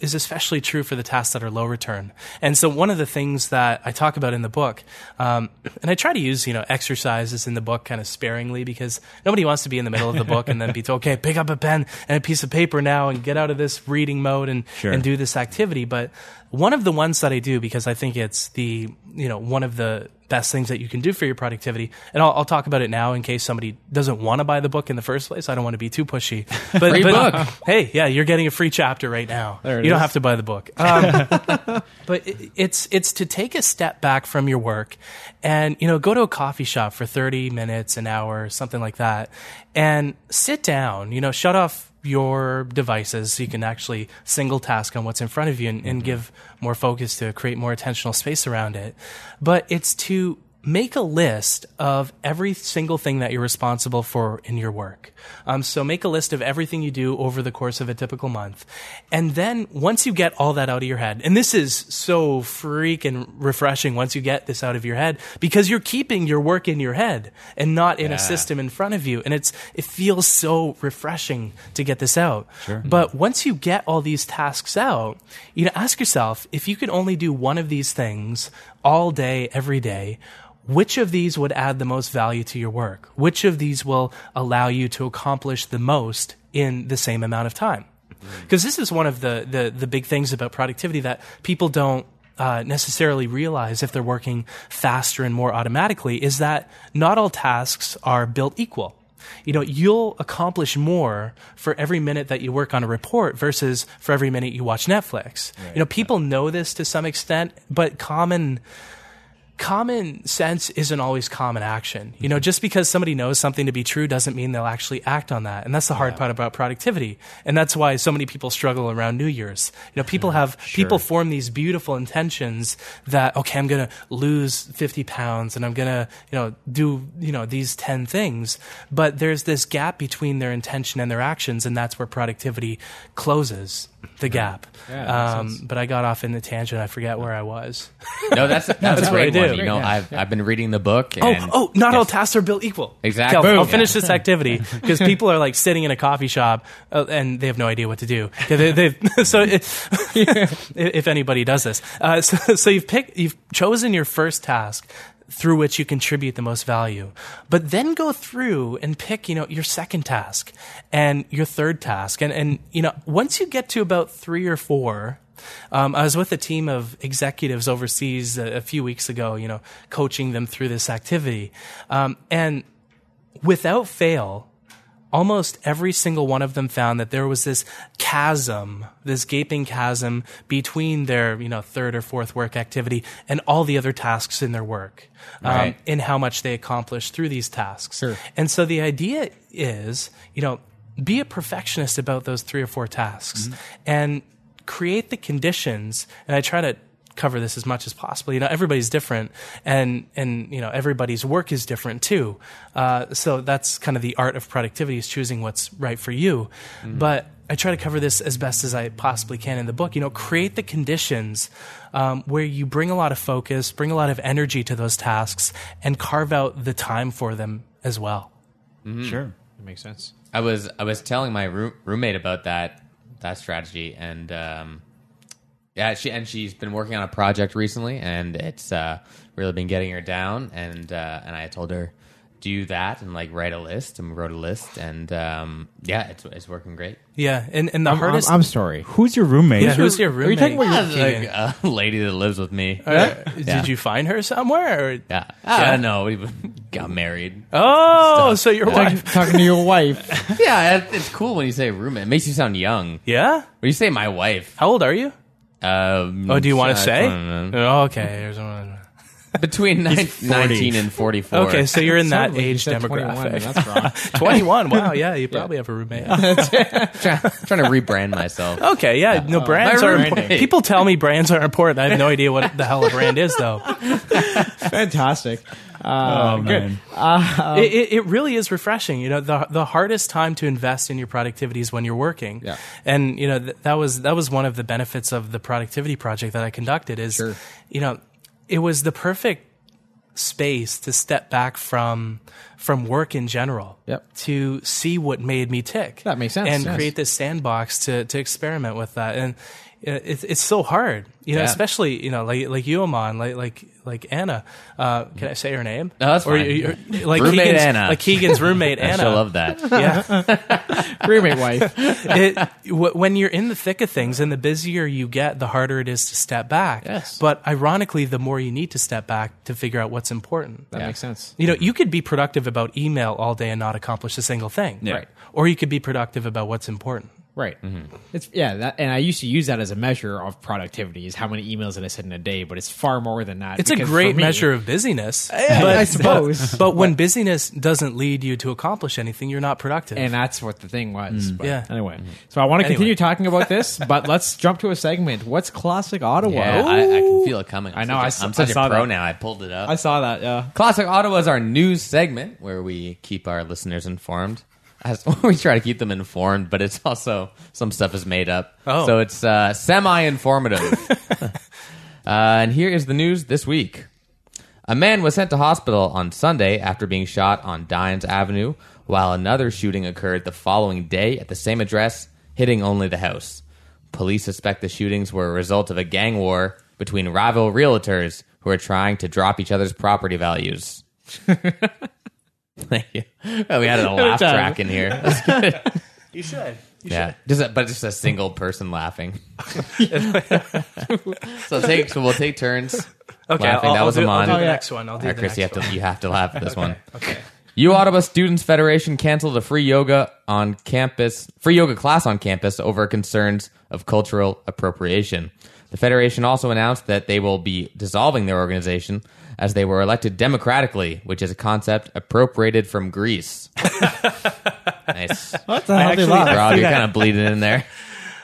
Speaker 2: is especially true for the tasks that are low return. And so one of the things that I talk about in the book, um, and I try to use, you know, exercises in the book kind of sparingly because nobody wants to be in the middle of the book and then be told, okay, pick up a pen and a piece of paper now and get out of this reading mode and,
Speaker 4: Sure.
Speaker 2: and do this activity. But one of the ones that I do because I think it's the, you know, one of the best things that you can do for your productivity. And I'll, I'll talk about it now in case somebody doesn't want to buy the book in the first place. I don't want to be too pushy, but,
Speaker 1: Free
Speaker 2: but-
Speaker 1: book.
Speaker 2: hey, yeah, you're getting a free chapter right now.
Speaker 1: There it
Speaker 2: you don't
Speaker 1: is.
Speaker 2: have to buy the book. Um, but it, it's it's to take a step back from your work and you know go to a coffee shop for 30 minutes, an hour, something like that, and sit down. You know, shut off your devices so you can actually single task on what's in front of you and,
Speaker 1: Mm-hmm.
Speaker 2: and give more focus to it, create more attentional space around it. But it's to make a list of every single thing that you're responsible for in your work. Um, so make a list of everything you do over the course of a typical month. And then once you get all that out of your head, and this is so freaking refreshing once you get this out of your head because you're keeping your work in your head and not in a system in front of you. And it's, it feels so refreshing to get this out. But once you get all these tasks out, you know, ask yourself if you could only do one of these things all day, every day, which of these would add the most value to your work? Which of these will allow you to accomplish the most in the same amount of time? Because this is one of the, the, the big things about productivity that people don't uh, necessarily realize if they're working faster and more automatically is that not all tasks are built equal. You know, you'll accomplish more for every minute that you work on a report versus for every minute you watch Netflix. You know, people know this to some extent, but common common sense isn't always common action. You know, just because somebody knows something to be true doesn't mean they'll actually act on that. And that's the hard part about productivity. And that's why so many people struggle around New Year's. You know, people have, people form these beautiful intentions that, okay, I'm going to lose 50 pounds and I'm going to, you know, do, you know, these 10 things. But there's this gap between their intention and their actions. And that's where productivity closes the gap. um, but I got off in the tangent. I forget where I was.
Speaker 3: No, that's that's, a
Speaker 2: what I
Speaker 3: great
Speaker 2: do.
Speaker 3: one. You know, I've I've been reading the book.
Speaker 2: Oh,
Speaker 3: And
Speaker 2: oh, not all tasks are built equal.
Speaker 3: Exactly.
Speaker 2: Cal, I'll
Speaker 3: Boom.
Speaker 2: finish this activity because people are like sitting in a coffee shop uh, and they have no idea what to do. Yeah, They, they- so, it, if anybody does this, uh, so, so you've picked, you've chosen your first task through which you contribute the most value, but then go through and pick, you know, your second task and your third task, and and you know, once you get to about three or four. Um, I was with a team of executives overseas a, a few weeks ago, you know, coaching them through this activity. Um, and without fail, almost every single one of them found that there was this chasm, this gaping chasm between their, you know, third or fourth work activity and all the other tasks in their work, um,
Speaker 3: Right.
Speaker 2: in how much they accomplished through these tasks.
Speaker 1: Sure.
Speaker 2: And so the idea is, you know, be a perfectionist about those three or four tasks and create the conditions, and I try to cover this as much as possible. You know, everybody's different, and and you know everybody's work is different too. Uh, so that's kind of the art of productivity is choosing what's right for you. But I try to cover this as best as I possibly can in the book. You know, create the conditions um, where you bring a lot of focus, bring a lot of energy to those tasks, and carve out the time for them as well.
Speaker 4: Sure.
Speaker 1: That makes sense.
Speaker 3: I was I was telling my roo- roommate about that that strategy, and um, yeah, she and she's been working on a project recently, and it's uh, really been getting her down. And uh, and I told her do that and like write a list, and we wrote a list, and um, yeah, it's it's working great.
Speaker 2: Yeah, and and the hardest.
Speaker 1: I'm, I'm sorry.
Speaker 4: Who's your roommate?
Speaker 2: yeah, who's your roommate?
Speaker 1: you talking about
Speaker 3: Yeah, like a lady that lives with me.
Speaker 2: Uh,
Speaker 3: Yeah.
Speaker 2: Did you find her somewhere? Or?
Speaker 3: yeah, I don't know. We got married.
Speaker 2: Oh, so your
Speaker 1: Talking,
Speaker 2: wife?
Speaker 1: talking to your wife.
Speaker 3: Yeah, it- it's cool when you say roommate. It makes you sound young.
Speaker 2: Yeah.
Speaker 3: When you say my wife,
Speaker 2: How old are you?
Speaker 3: um,
Speaker 2: Oh, do you want to
Speaker 3: uh,
Speaker 2: say?
Speaker 3: I don't know.
Speaker 2: Oh, okay. There's one.
Speaker 3: between nine,
Speaker 4: 40.
Speaker 3: 19 and forty-four?
Speaker 2: Okay, so you're in that
Speaker 1: Totally, you
Speaker 2: age
Speaker 1: said 21,
Speaker 2: demographic.
Speaker 1: That's wrong.
Speaker 2: 21. Wow. Yeah, you probably have a roommate.
Speaker 3: trying, trying to rebrand myself.
Speaker 2: Okay. Yeah. No, brands
Speaker 3: My
Speaker 2: are
Speaker 3: roommate.
Speaker 2: important. People tell me brands are important. I have no idea what the hell a brand is, though.
Speaker 1: Fantastic.
Speaker 4: Oh,
Speaker 1: Uh, good.
Speaker 4: man.
Speaker 1: Um,
Speaker 2: it, it, it really is refreshing. You know, the the hardest time to invest in your productivity is when you're working.
Speaker 1: Yeah.
Speaker 2: And you know th- that was that was one of the benefits of the productivity project that I conducted is,
Speaker 1: Sure.
Speaker 2: you know, it was the perfect space to step back from from work in general.
Speaker 1: Yep.
Speaker 2: To see what made me tick.
Speaker 1: That makes sense,
Speaker 2: And
Speaker 1: yes.
Speaker 2: create this sandbox to to experiment with that and. uh, It's it's so hard, you know,
Speaker 3: Yeah.
Speaker 2: especially you know, like like you, Amon, like like like Anna. Uh, can I say her name?
Speaker 3: No, that's
Speaker 2: Or
Speaker 3: fine.
Speaker 2: you- you- like
Speaker 3: Roommate
Speaker 2: Keegan's,
Speaker 3: Anna.
Speaker 2: like Keegan's roommate
Speaker 3: I
Speaker 2: Anna.
Speaker 3: still love that.
Speaker 2: Yeah,
Speaker 1: Roommate wife.
Speaker 2: it, w- when you're in the thick of things, and the busier you get, the harder it is to step back.
Speaker 1: Yes.
Speaker 2: But ironically, the more you need to step back to figure out what's important.
Speaker 1: That makes sense.
Speaker 2: You know, you could be productive about email all day and not accomplish a single thing.
Speaker 4: Yeah. Right.
Speaker 2: Or you could be productive about what's important.
Speaker 1: Right. It's yeah, that, and I used to use that as a measure of productivity is how many emails that I send in a day, but it's far more than that.
Speaker 2: It's
Speaker 1: because
Speaker 2: a
Speaker 1: for
Speaker 2: great
Speaker 1: me-
Speaker 2: measure of busyness.
Speaker 1: I suppose.
Speaker 2: But, when busyness doesn't lead you to accomplish anything, you're not productive.
Speaker 1: and that's what the thing was. But
Speaker 2: Yeah.
Speaker 1: Anyway, so I want to
Speaker 2: Anyway.
Speaker 1: continue talking about this, but let's jump to a segment. What's classic Ottawa?
Speaker 3: Yeah, I, I can feel it coming.
Speaker 1: I
Speaker 3: I'm
Speaker 1: know,
Speaker 3: Such
Speaker 1: I
Speaker 3: a-
Speaker 1: s-
Speaker 3: I'm such
Speaker 1: I saw
Speaker 3: a pro
Speaker 1: that.
Speaker 3: now. I pulled it up.
Speaker 1: I saw that. Yeah.
Speaker 3: Classic Ottawa is our news segment where we keep our listeners informed. As we try to keep them informed, but it's also some stuff is made up.
Speaker 2: Oh.
Speaker 3: So it's uh, semi-informative. uh, and here is the news this week. A man was sent to hospital on Sunday after being shot on Dines Avenue, while another shooting occurred the following day at the same address, hitting only the house. Police suspect the shootings were a result of a gang war between rival realtors who are trying to drop each other's property values. Thank you. Oh, we added a laugh
Speaker 1: time.
Speaker 3: track in here. That's good.
Speaker 2: you should.
Speaker 3: yeah, just a, but just a single person laughing. so take so we'll take turns.
Speaker 2: Okay,
Speaker 3: laughing.
Speaker 2: I'll,
Speaker 3: that
Speaker 2: I'll
Speaker 3: was
Speaker 2: do,
Speaker 3: a
Speaker 2: I'll
Speaker 3: mon.
Speaker 2: do
Speaker 1: Oh,
Speaker 2: the
Speaker 1: yeah.
Speaker 2: next one. I'll do
Speaker 3: All right,
Speaker 2: the
Speaker 3: Chris, you have
Speaker 2: next one.
Speaker 3: to you have to laugh at this one.
Speaker 2: Okay.
Speaker 3: U Ottawa Students Federation canceled a free yoga on campus free yoga class on campus over concerns of cultural appropriation. The federation also announced that they will be dissolving their organization as they were elected democratically, which is a concept appropriated from Greece. nice.
Speaker 1: What the hell?
Speaker 4: actually-
Speaker 1: did that?
Speaker 3: Rob, you're kind of bleeding in there.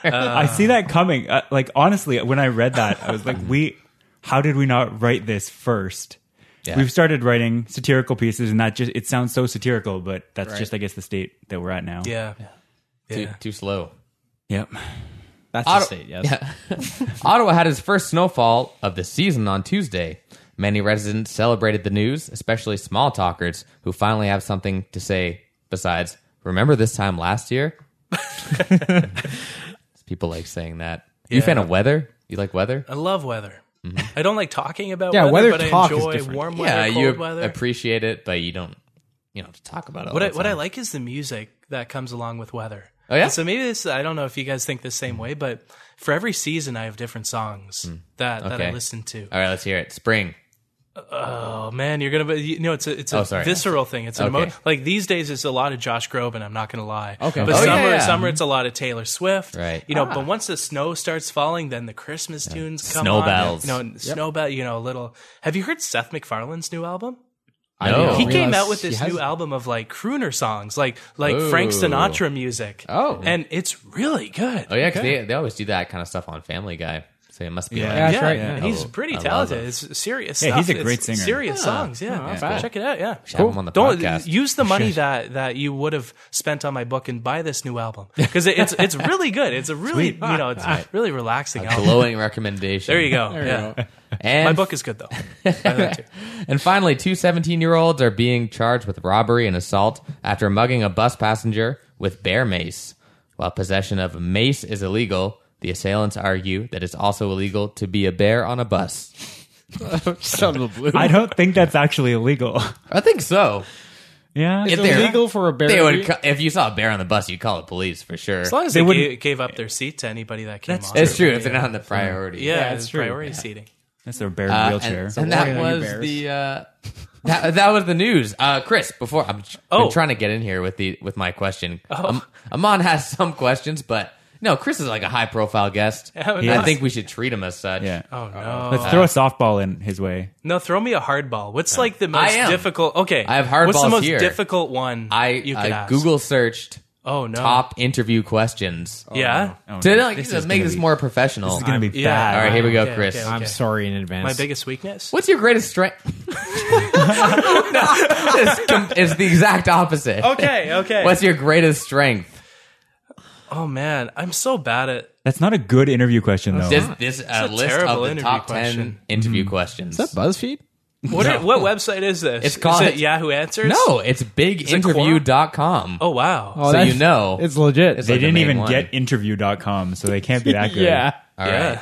Speaker 4: I see that coming. Uh, like honestly, when I read that, I was like, "We, how did we not write this first?
Speaker 3: Yeah.
Speaker 4: We've started writing satirical pieces, and that just—it sounds so satirical, but that's just, I guess, the state that we're at now.
Speaker 2: Yeah.
Speaker 3: Too, too slow.
Speaker 4: Yep.
Speaker 1: That's
Speaker 3: Ottawa-
Speaker 1: the state. Yes.
Speaker 3: Ottawa had its first snowfall of the season on Tuesday. Many residents celebrated the news, especially small talkers who finally have something to say besides, remember this time last year? People like saying that. You a fan of weather? You like weather?
Speaker 2: I love weather. I don't like talking about
Speaker 1: Yeah,
Speaker 2: weather,
Speaker 1: weather
Speaker 2: but
Speaker 1: talk
Speaker 2: I
Speaker 1: is
Speaker 2: enjoy
Speaker 1: different.
Speaker 2: warm weather,
Speaker 3: Mm-hmm. Yeah,
Speaker 2: cold
Speaker 3: you
Speaker 2: weather.
Speaker 3: appreciate it, but you don't you don't have to talk about it.
Speaker 2: what
Speaker 3: all
Speaker 2: I,
Speaker 3: the
Speaker 2: what I
Speaker 3: time.
Speaker 2: like is the music that comes along with weather.
Speaker 3: Oh, yeah?
Speaker 2: And so maybe this I don't know if you guys think the same way, but for every season I have different songs that, that I
Speaker 3: Hmm. Okay. Oh.
Speaker 2: listen to.
Speaker 3: All right, let's hear it. Spring.
Speaker 2: Oh man, you're gonna be you know it's a it's a
Speaker 3: Oh, sorry.
Speaker 2: visceral thing. It's an
Speaker 3: Okay.
Speaker 2: emo- like these days it's a lot of Josh Groban. I'm not gonna lie.
Speaker 1: Okay.
Speaker 2: but
Speaker 3: Oh, yeah,
Speaker 2: summer
Speaker 3: yeah.
Speaker 2: summer it's a lot of Taylor Swift.
Speaker 3: Right. Ah.
Speaker 2: You know, but once the snow starts falling, then the Christmas tunes come
Speaker 3: Snow
Speaker 2: on.
Speaker 3: bells.
Speaker 2: You know, and snow bell. You know, a little. Have you heard Seth MacFarlane's new album?
Speaker 3: I
Speaker 2: No.
Speaker 4: Oh.
Speaker 3: didn't
Speaker 2: He
Speaker 3: realize
Speaker 2: came out with
Speaker 3: he
Speaker 2: this
Speaker 3: has-
Speaker 2: new album of like crooner songs, like like Frank
Speaker 3: Ooh.
Speaker 2: Sinatra music.
Speaker 3: Oh.
Speaker 2: and it's really good.
Speaker 3: Oh yeah, 'cause they, they always do that kind of stuff on Family Guy. So it must be
Speaker 4: Yeah.
Speaker 3: like
Speaker 1: Yeah,
Speaker 2: yeah,
Speaker 1: that's right.
Speaker 2: yeah.
Speaker 1: Yeah.
Speaker 2: he's
Speaker 3: Oh,
Speaker 2: pretty
Speaker 3: I love
Speaker 2: talented.
Speaker 3: him.
Speaker 2: It's serious.
Speaker 4: Yeah, he's
Speaker 2: stuff.
Speaker 4: a great
Speaker 2: It's
Speaker 4: singer.
Speaker 2: Serious songs. Yeah,
Speaker 1: bad.
Speaker 2: check it out. Yeah,
Speaker 3: should have him on the
Speaker 2: Don't
Speaker 3: podcast.
Speaker 2: use the money that that you would have spent on my book and buy this new album because it's it's really good. It's a really you know it's really relaxing album.
Speaker 3: glowing recommendation.
Speaker 2: There you go.
Speaker 1: you
Speaker 2: yeah.
Speaker 1: go.
Speaker 3: And
Speaker 2: My book is good though. I like it too.
Speaker 3: And finally, two 17 year olds are being charged with robbery and assault after mugging a bus passenger with bear mace. While possession of mace is illegal, the assailants argue that it's also illegal to be a bear on a bus.
Speaker 1: Just out of the blue.
Speaker 4: I don't think that's actually illegal.
Speaker 3: I think so.
Speaker 4: yeah.
Speaker 1: It's
Speaker 3: If they're-
Speaker 1: illegal for a bear.
Speaker 3: They
Speaker 1: to
Speaker 3: would,
Speaker 1: eat?
Speaker 3: ca- if you saw a bear on the bus, you'd call the police for sure.
Speaker 2: As long as
Speaker 4: They
Speaker 2: they, ga-
Speaker 4: wouldn't-
Speaker 2: gave, up their seat to anybody that came on.
Speaker 3: It's true if they're not on the priority.
Speaker 2: Yeah,
Speaker 4: Yeah,
Speaker 2: it's
Speaker 4: it's true.
Speaker 2: priority seating.
Speaker 4: That's their bear
Speaker 3: Uh,
Speaker 4: wheelchair.
Speaker 3: And,
Speaker 1: Don't
Speaker 3: and that
Speaker 1: worry about your
Speaker 3: was
Speaker 1: bears.
Speaker 3: the uh, that, that was the news. Uh, Chris, before I'm,
Speaker 2: Oh.
Speaker 3: I'm trying to get in here with the with my question. Um, Amon has some questions, but no, Chris is like a high profile guest.
Speaker 2: Yeah,
Speaker 3: I
Speaker 2: nice.
Speaker 3: think we should treat him as such.
Speaker 4: yeah.
Speaker 2: Oh no.
Speaker 4: Let's throw a softball in his way.
Speaker 2: No, throw me a hardball. What's like the most
Speaker 3: I am.
Speaker 2: difficult? Okay,
Speaker 3: I have
Speaker 2: What's
Speaker 3: hardballs
Speaker 2: the most
Speaker 3: here.
Speaker 2: difficult one?
Speaker 3: I
Speaker 2: you could
Speaker 3: I
Speaker 2: ask?
Speaker 3: Google searched
Speaker 2: Oh no.
Speaker 3: top interview questions
Speaker 2: Yeah.
Speaker 4: Oh,
Speaker 3: to
Speaker 4: no.
Speaker 3: like,
Speaker 4: This
Speaker 3: to
Speaker 4: is
Speaker 3: make
Speaker 4: gonna
Speaker 3: this
Speaker 4: be-
Speaker 3: more professional.
Speaker 4: This is going to be
Speaker 2: Yeah.
Speaker 4: bad.
Speaker 3: All right, here we go, Chris.
Speaker 2: okay.
Speaker 1: I'm sorry in advance.
Speaker 2: My biggest weakness.
Speaker 3: What's your greatest strength? no, it's, com- it's the exact opposite.
Speaker 2: Okay. Okay.
Speaker 3: What's your greatest strength?
Speaker 2: oh man, I'm so bad at.
Speaker 4: That's not a good interview question, though.
Speaker 3: This this
Speaker 2: a
Speaker 3: uh, list
Speaker 2: terrible
Speaker 3: of the
Speaker 2: interview
Speaker 3: top ten
Speaker 2: question.
Speaker 3: interview questions.
Speaker 1: Is that BuzzFeed?
Speaker 2: What are- what website is this?
Speaker 3: It's called-
Speaker 2: is it Yahoo Answers.
Speaker 3: no, it's biginterview.com.
Speaker 2: Oh wow.
Speaker 1: Oh,
Speaker 3: so
Speaker 1: that's-
Speaker 3: you know.
Speaker 1: It's legit.
Speaker 3: It's
Speaker 4: they
Speaker 3: like the
Speaker 4: didn't
Speaker 3: main
Speaker 4: even
Speaker 3: one.
Speaker 4: get interview.com, so they can't be that good.
Speaker 1: yeah.
Speaker 3: All
Speaker 2: yeah.
Speaker 3: right.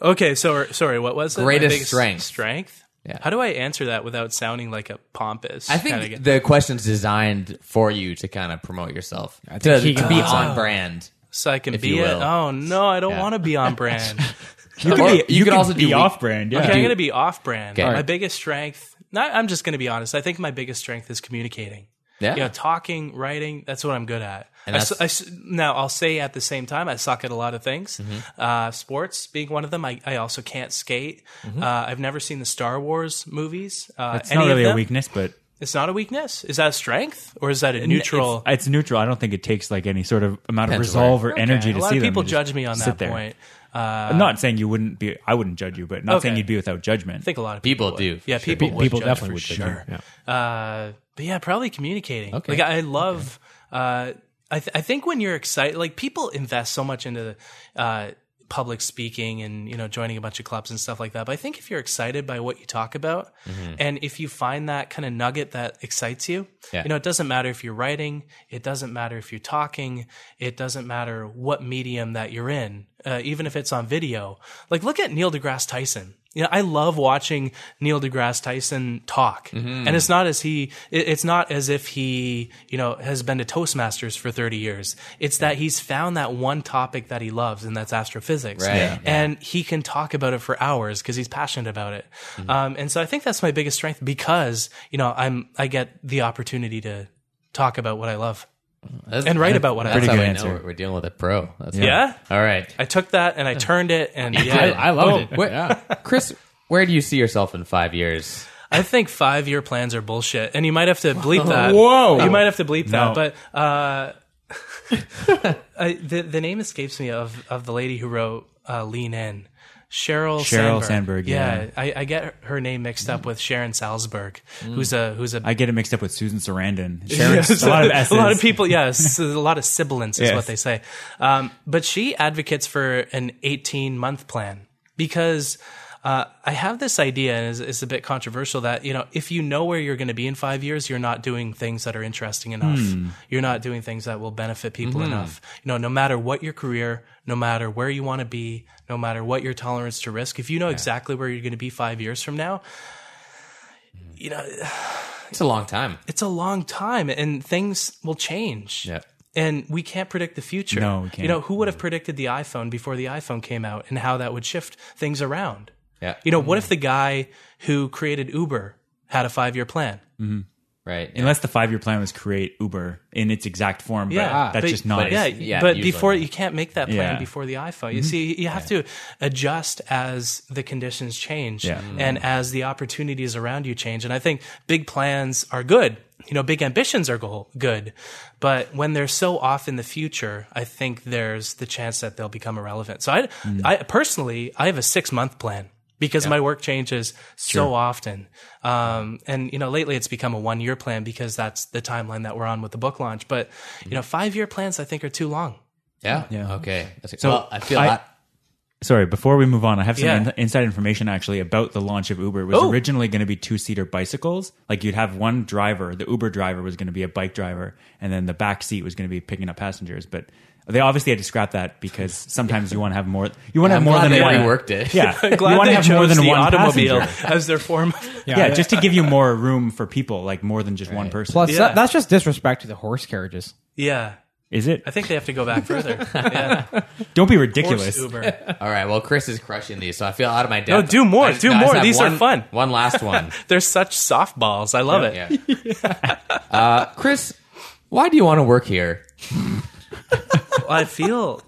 Speaker 2: Okay. So sorry. What was it? My
Speaker 3: Greatest
Speaker 2: biggest
Speaker 3: strength.
Speaker 2: Strength.
Speaker 3: Yeah.
Speaker 2: How do I answer that without sounding like a pompous?
Speaker 3: I
Speaker 2: kinda
Speaker 3: think
Speaker 2: guy?
Speaker 3: the question's designed for you to kind of promote yourself. I
Speaker 1: think
Speaker 3: to,
Speaker 1: he
Speaker 3: to
Speaker 1: can
Speaker 3: be
Speaker 1: beat
Speaker 3: on brand.
Speaker 2: so I can
Speaker 3: if
Speaker 2: be
Speaker 3: you
Speaker 2: it.
Speaker 3: will.
Speaker 2: Oh no, I don't
Speaker 3: Yeah.
Speaker 2: want to be on brand.
Speaker 4: You
Speaker 3: Or
Speaker 4: could, be,
Speaker 3: you
Speaker 4: you
Speaker 3: could
Speaker 4: could
Speaker 3: also do
Speaker 4: be
Speaker 3: weak-
Speaker 4: off brand. Yeah.
Speaker 2: Okay, I'm going to be off brand.
Speaker 3: Okay.
Speaker 2: My biggest strength, not, I'm just going to be honest. I think my biggest strength is communicating.
Speaker 3: Yeah.
Speaker 2: You know, talking, writing, that's what I'm good at.
Speaker 3: And
Speaker 2: I su-
Speaker 3: that's-
Speaker 2: I su- now, I'll say at the same time, I suck at a lot of things.
Speaker 3: Mm-hmm.
Speaker 2: Uh, sports being one of them. I, I also can't skate.
Speaker 3: Mm-hmm.
Speaker 2: Uh, I've never seen the Star Wars movies. Uh,
Speaker 4: It's not
Speaker 2: any of
Speaker 4: really a
Speaker 2: them.
Speaker 4: weakness, but
Speaker 2: It's not a weakness. Is that a strength or is that a neutral?
Speaker 4: it's neutral. I don't think it takes like any sort of amount of
Speaker 3: Depends
Speaker 4: resolve or
Speaker 2: Okay,
Speaker 4: energy
Speaker 2: a
Speaker 4: to
Speaker 2: lot
Speaker 4: see
Speaker 2: of
Speaker 4: them.
Speaker 2: people
Speaker 4: You just
Speaker 2: judge me on
Speaker 4: sit
Speaker 2: that
Speaker 4: there.
Speaker 2: point. Uh,
Speaker 4: I'm not saying you wouldn't be. I wouldn't judge you, but not saying
Speaker 2: Okay.
Speaker 4: you'd be without judgment.
Speaker 2: I think a lot of
Speaker 3: People
Speaker 2: people,
Speaker 3: do,
Speaker 2: would.
Speaker 3: for
Speaker 2: Yeah,
Speaker 3: sure.
Speaker 2: people, would
Speaker 1: People
Speaker 2: judge
Speaker 1: definitely
Speaker 2: for
Speaker 1: would judge
Speaker 2: sure.
Speaker 1: you,
Speaker 2: Uh, but yeah, probably communicating.
Speaker 3: Okay.
Speaker 2: Like I love. Uh, I th- I think when you're excited, like people invest so much into uh, public speaking and you know joining a bunch of clubs and stuff like that. But I think if you're excited by what you talk about,
Speaker 3: Mm-hmm.
Speaker 2: and if you find that kind of nugget that excites you,
Speaker 3: Yeah.
Speaker 2: you know, it doesn't matter if you're writing, it doesn't matter if you're talking, it doesn't matter what medium that you're in, uh, even if it's on video. Like, look at Neil deGrasse Tyson. You know, I love watching Neil deGrasse Tyson talk,
Speaker 3: Mm-hmm.
Speaker 2: and it's not as he, it- it's not as if he, you know, has been to Toastmasters for thirty years. It's that he's found that one topic that he loves, and that's astrophysics,
Speaker 3: Right. Yeah.
Speaker 2: and he can talk about it for hours because he's passionate about it. Um, and so I think that's my biggest strength because you know I'm I get the opportunity to talk about what I love.
Speaker 3: That's-
Speaker 2: And write about what I
Speaker 3: That's
Speaker 2: like.
Speaker 3: how
Speaker 4: Pretty
Speaker 3: I
Speaker 4: good
Speaker 3: know
Speaker 4: answer.
Speaker 3: we're, we're dealing with a pro. That's
Speaker 2: Yeah?
Speaker 3: All right.
Speaker 2: I took that and I Oh. turned it, and
Speaker 3: I-
Speaker 2: yeah,
Speaker 1: I loved it.
Speaker 3: Where-
Speaker 1: Yeah.
Speaker 3: Chris, where do you see yourself in five years?
Speaker 2: I think five year plans are bullshit, and you might have to bleep that.
Speaker 1: Whoa.
Speaker 2: you might have to bleep that.
Speaker 4: No.
Speaker 2: But uh, I, the the name escapes me of of the lady who wrote uh, Lean In. Cheryl,
Speaker 4: Sheryl
Speaker 2: Sandberg.
Speaker 4: Sandberg, yeah.
Speaker 2: I, I get her name mixed up with Sharon Salzberg, who's a who's a
Speaker 4: I get it mixed up with Susan Sarandon.
Speaker 2: Yes.
Speaker 4: Sharon's a lot of S's.
Speaker 2: a lot of people, yes, a lot of sibilance is
Speaker 4: Yes.
Speaker 2: what they say. Um, but she advocates for an 18 month plan because uh, I have this idea, and it's, it's a bit controversial that you know if you know where you're going to be in five years, you're not doing things that are interesting enough.
Speaker 4: Hmm.
Speaker 2: You're not doing things that will benefit people enough. You know, no matter what your career, no matter where you want to be, no matter what your tolerance to risk, if you know exactly where you're going to be five years from now, you know
Speaker 3: It's a long time.
Speaker 2: it's a long time and things will change.
Speaker 3: Yeah.
Speaker 2: And we can't predict the future.
Speaker 4: No, we can't.
Speaker 2: You know, who would have predicted the iPhone before the iPhone came out and how that would shift things around?
Speaker 3: Yeah.
Speaker 4: Mm.
Speaker 2: You know, what if the guy who created Uber had a five year plan?
Speaker 3: right? yeah.
Speaker 4: Unless the five year plan was create Uber in its exact form, but
Speaker 2: Yeah,
Speaker 4: that's
Speaker 2: but-
Speaker 4: just not.
Speaker 2: Yeah,
Speaker 3: it's- yeah,
Speaker 2: but
Speaker 3: usually
Speaker 2: before
Speaker 3: not.
Speaker 2: you can't make that plan
Speaker 4: Yeah.
Speaker 2: before the iPhone. You see, you have to adjust as the conditions change
Speaker 4: Yeah.
Speaker 2: and as the opportunities around you change. And I think big plans are good. You know, big ambitions are goal- good, but when they're so off in the future, I think there's the chance that they'll become irrelevant. So I, I personally, I have a six month plan because my work changes so often. Um, and you know, lately it's become a one year plan because that's the timeline that we're on with the book launch. But you know, five year plans I think are too long.
Speaker 3: yeah,
Speaker 4: Yeah.
Speaker 3: Okay, That's-
Speaker 4: So
Speaker 3: well, I feel
Speaker 4: I-
Speaker 3: that.
Speaker 4: Sorry, before we move on, I have some
Speaker 2: Yeah.
Speaker 4: in- inside information actually about the launch of Uber. It was
Speaker 2: Oh.
Speaker 4: originally going to be two seater bicycles. Like you'd have one driver, the Uber driver was going to be a bike driver, and then the back seat was going to be picking up passengers. But they obviously had to scrap that because sometimes you want to have more. You want to have
Speaker 3: I'm
Speaker 4: more
Speaker 3: glad
Speaker 4: than
Speaker 3: they
Speaker 4: one.
Speaker 3: reworked it.
Speaker 4: Yeah,
Speaker 2: Glad
Speaker 4: you want
Speaker 2: they
Speaker 4: to have
Speaker 2: chose
Speaker 4: more than
Speaker 2: the
Speaker 4: one
Speaker 2: automobile
Speaker 4: passenger.
Speaker 2: as their form. of-
Speaker 4: Yeah, just to give you more room for people, like more than just one person.
Speaker 1: Plus,
Speaker 2: Yeah.
Speaker 1: that- that's just disrespect to the horse carriages.
Speaker 2: yeah,
Speaker 4: is it?
Speaker 2: I think they have to go back further. Yeah,
Speaker 4: Don't be
Speaker 2: Horse
Speaker 4: ridiculous.
Speaker 2: Uber.
Speaker 3: All right. Well, Chris is crushing these, so I feel out of my depth.
Speaker 2: do more,
Speaker 3: I just-
Speaker 2: do
Speaker 3: I just
Speaker 2: more,
Speaker 3: have
Speaker 2: these are
Speaker 3: one-
Speaker 2: fun.
Speaker 3: One last one.
Speaker 2: They're such softballs. I love it.
Speaker 3: yeah. Uh, Chris, why do you want to work here?
Speaker 2: Well, I feel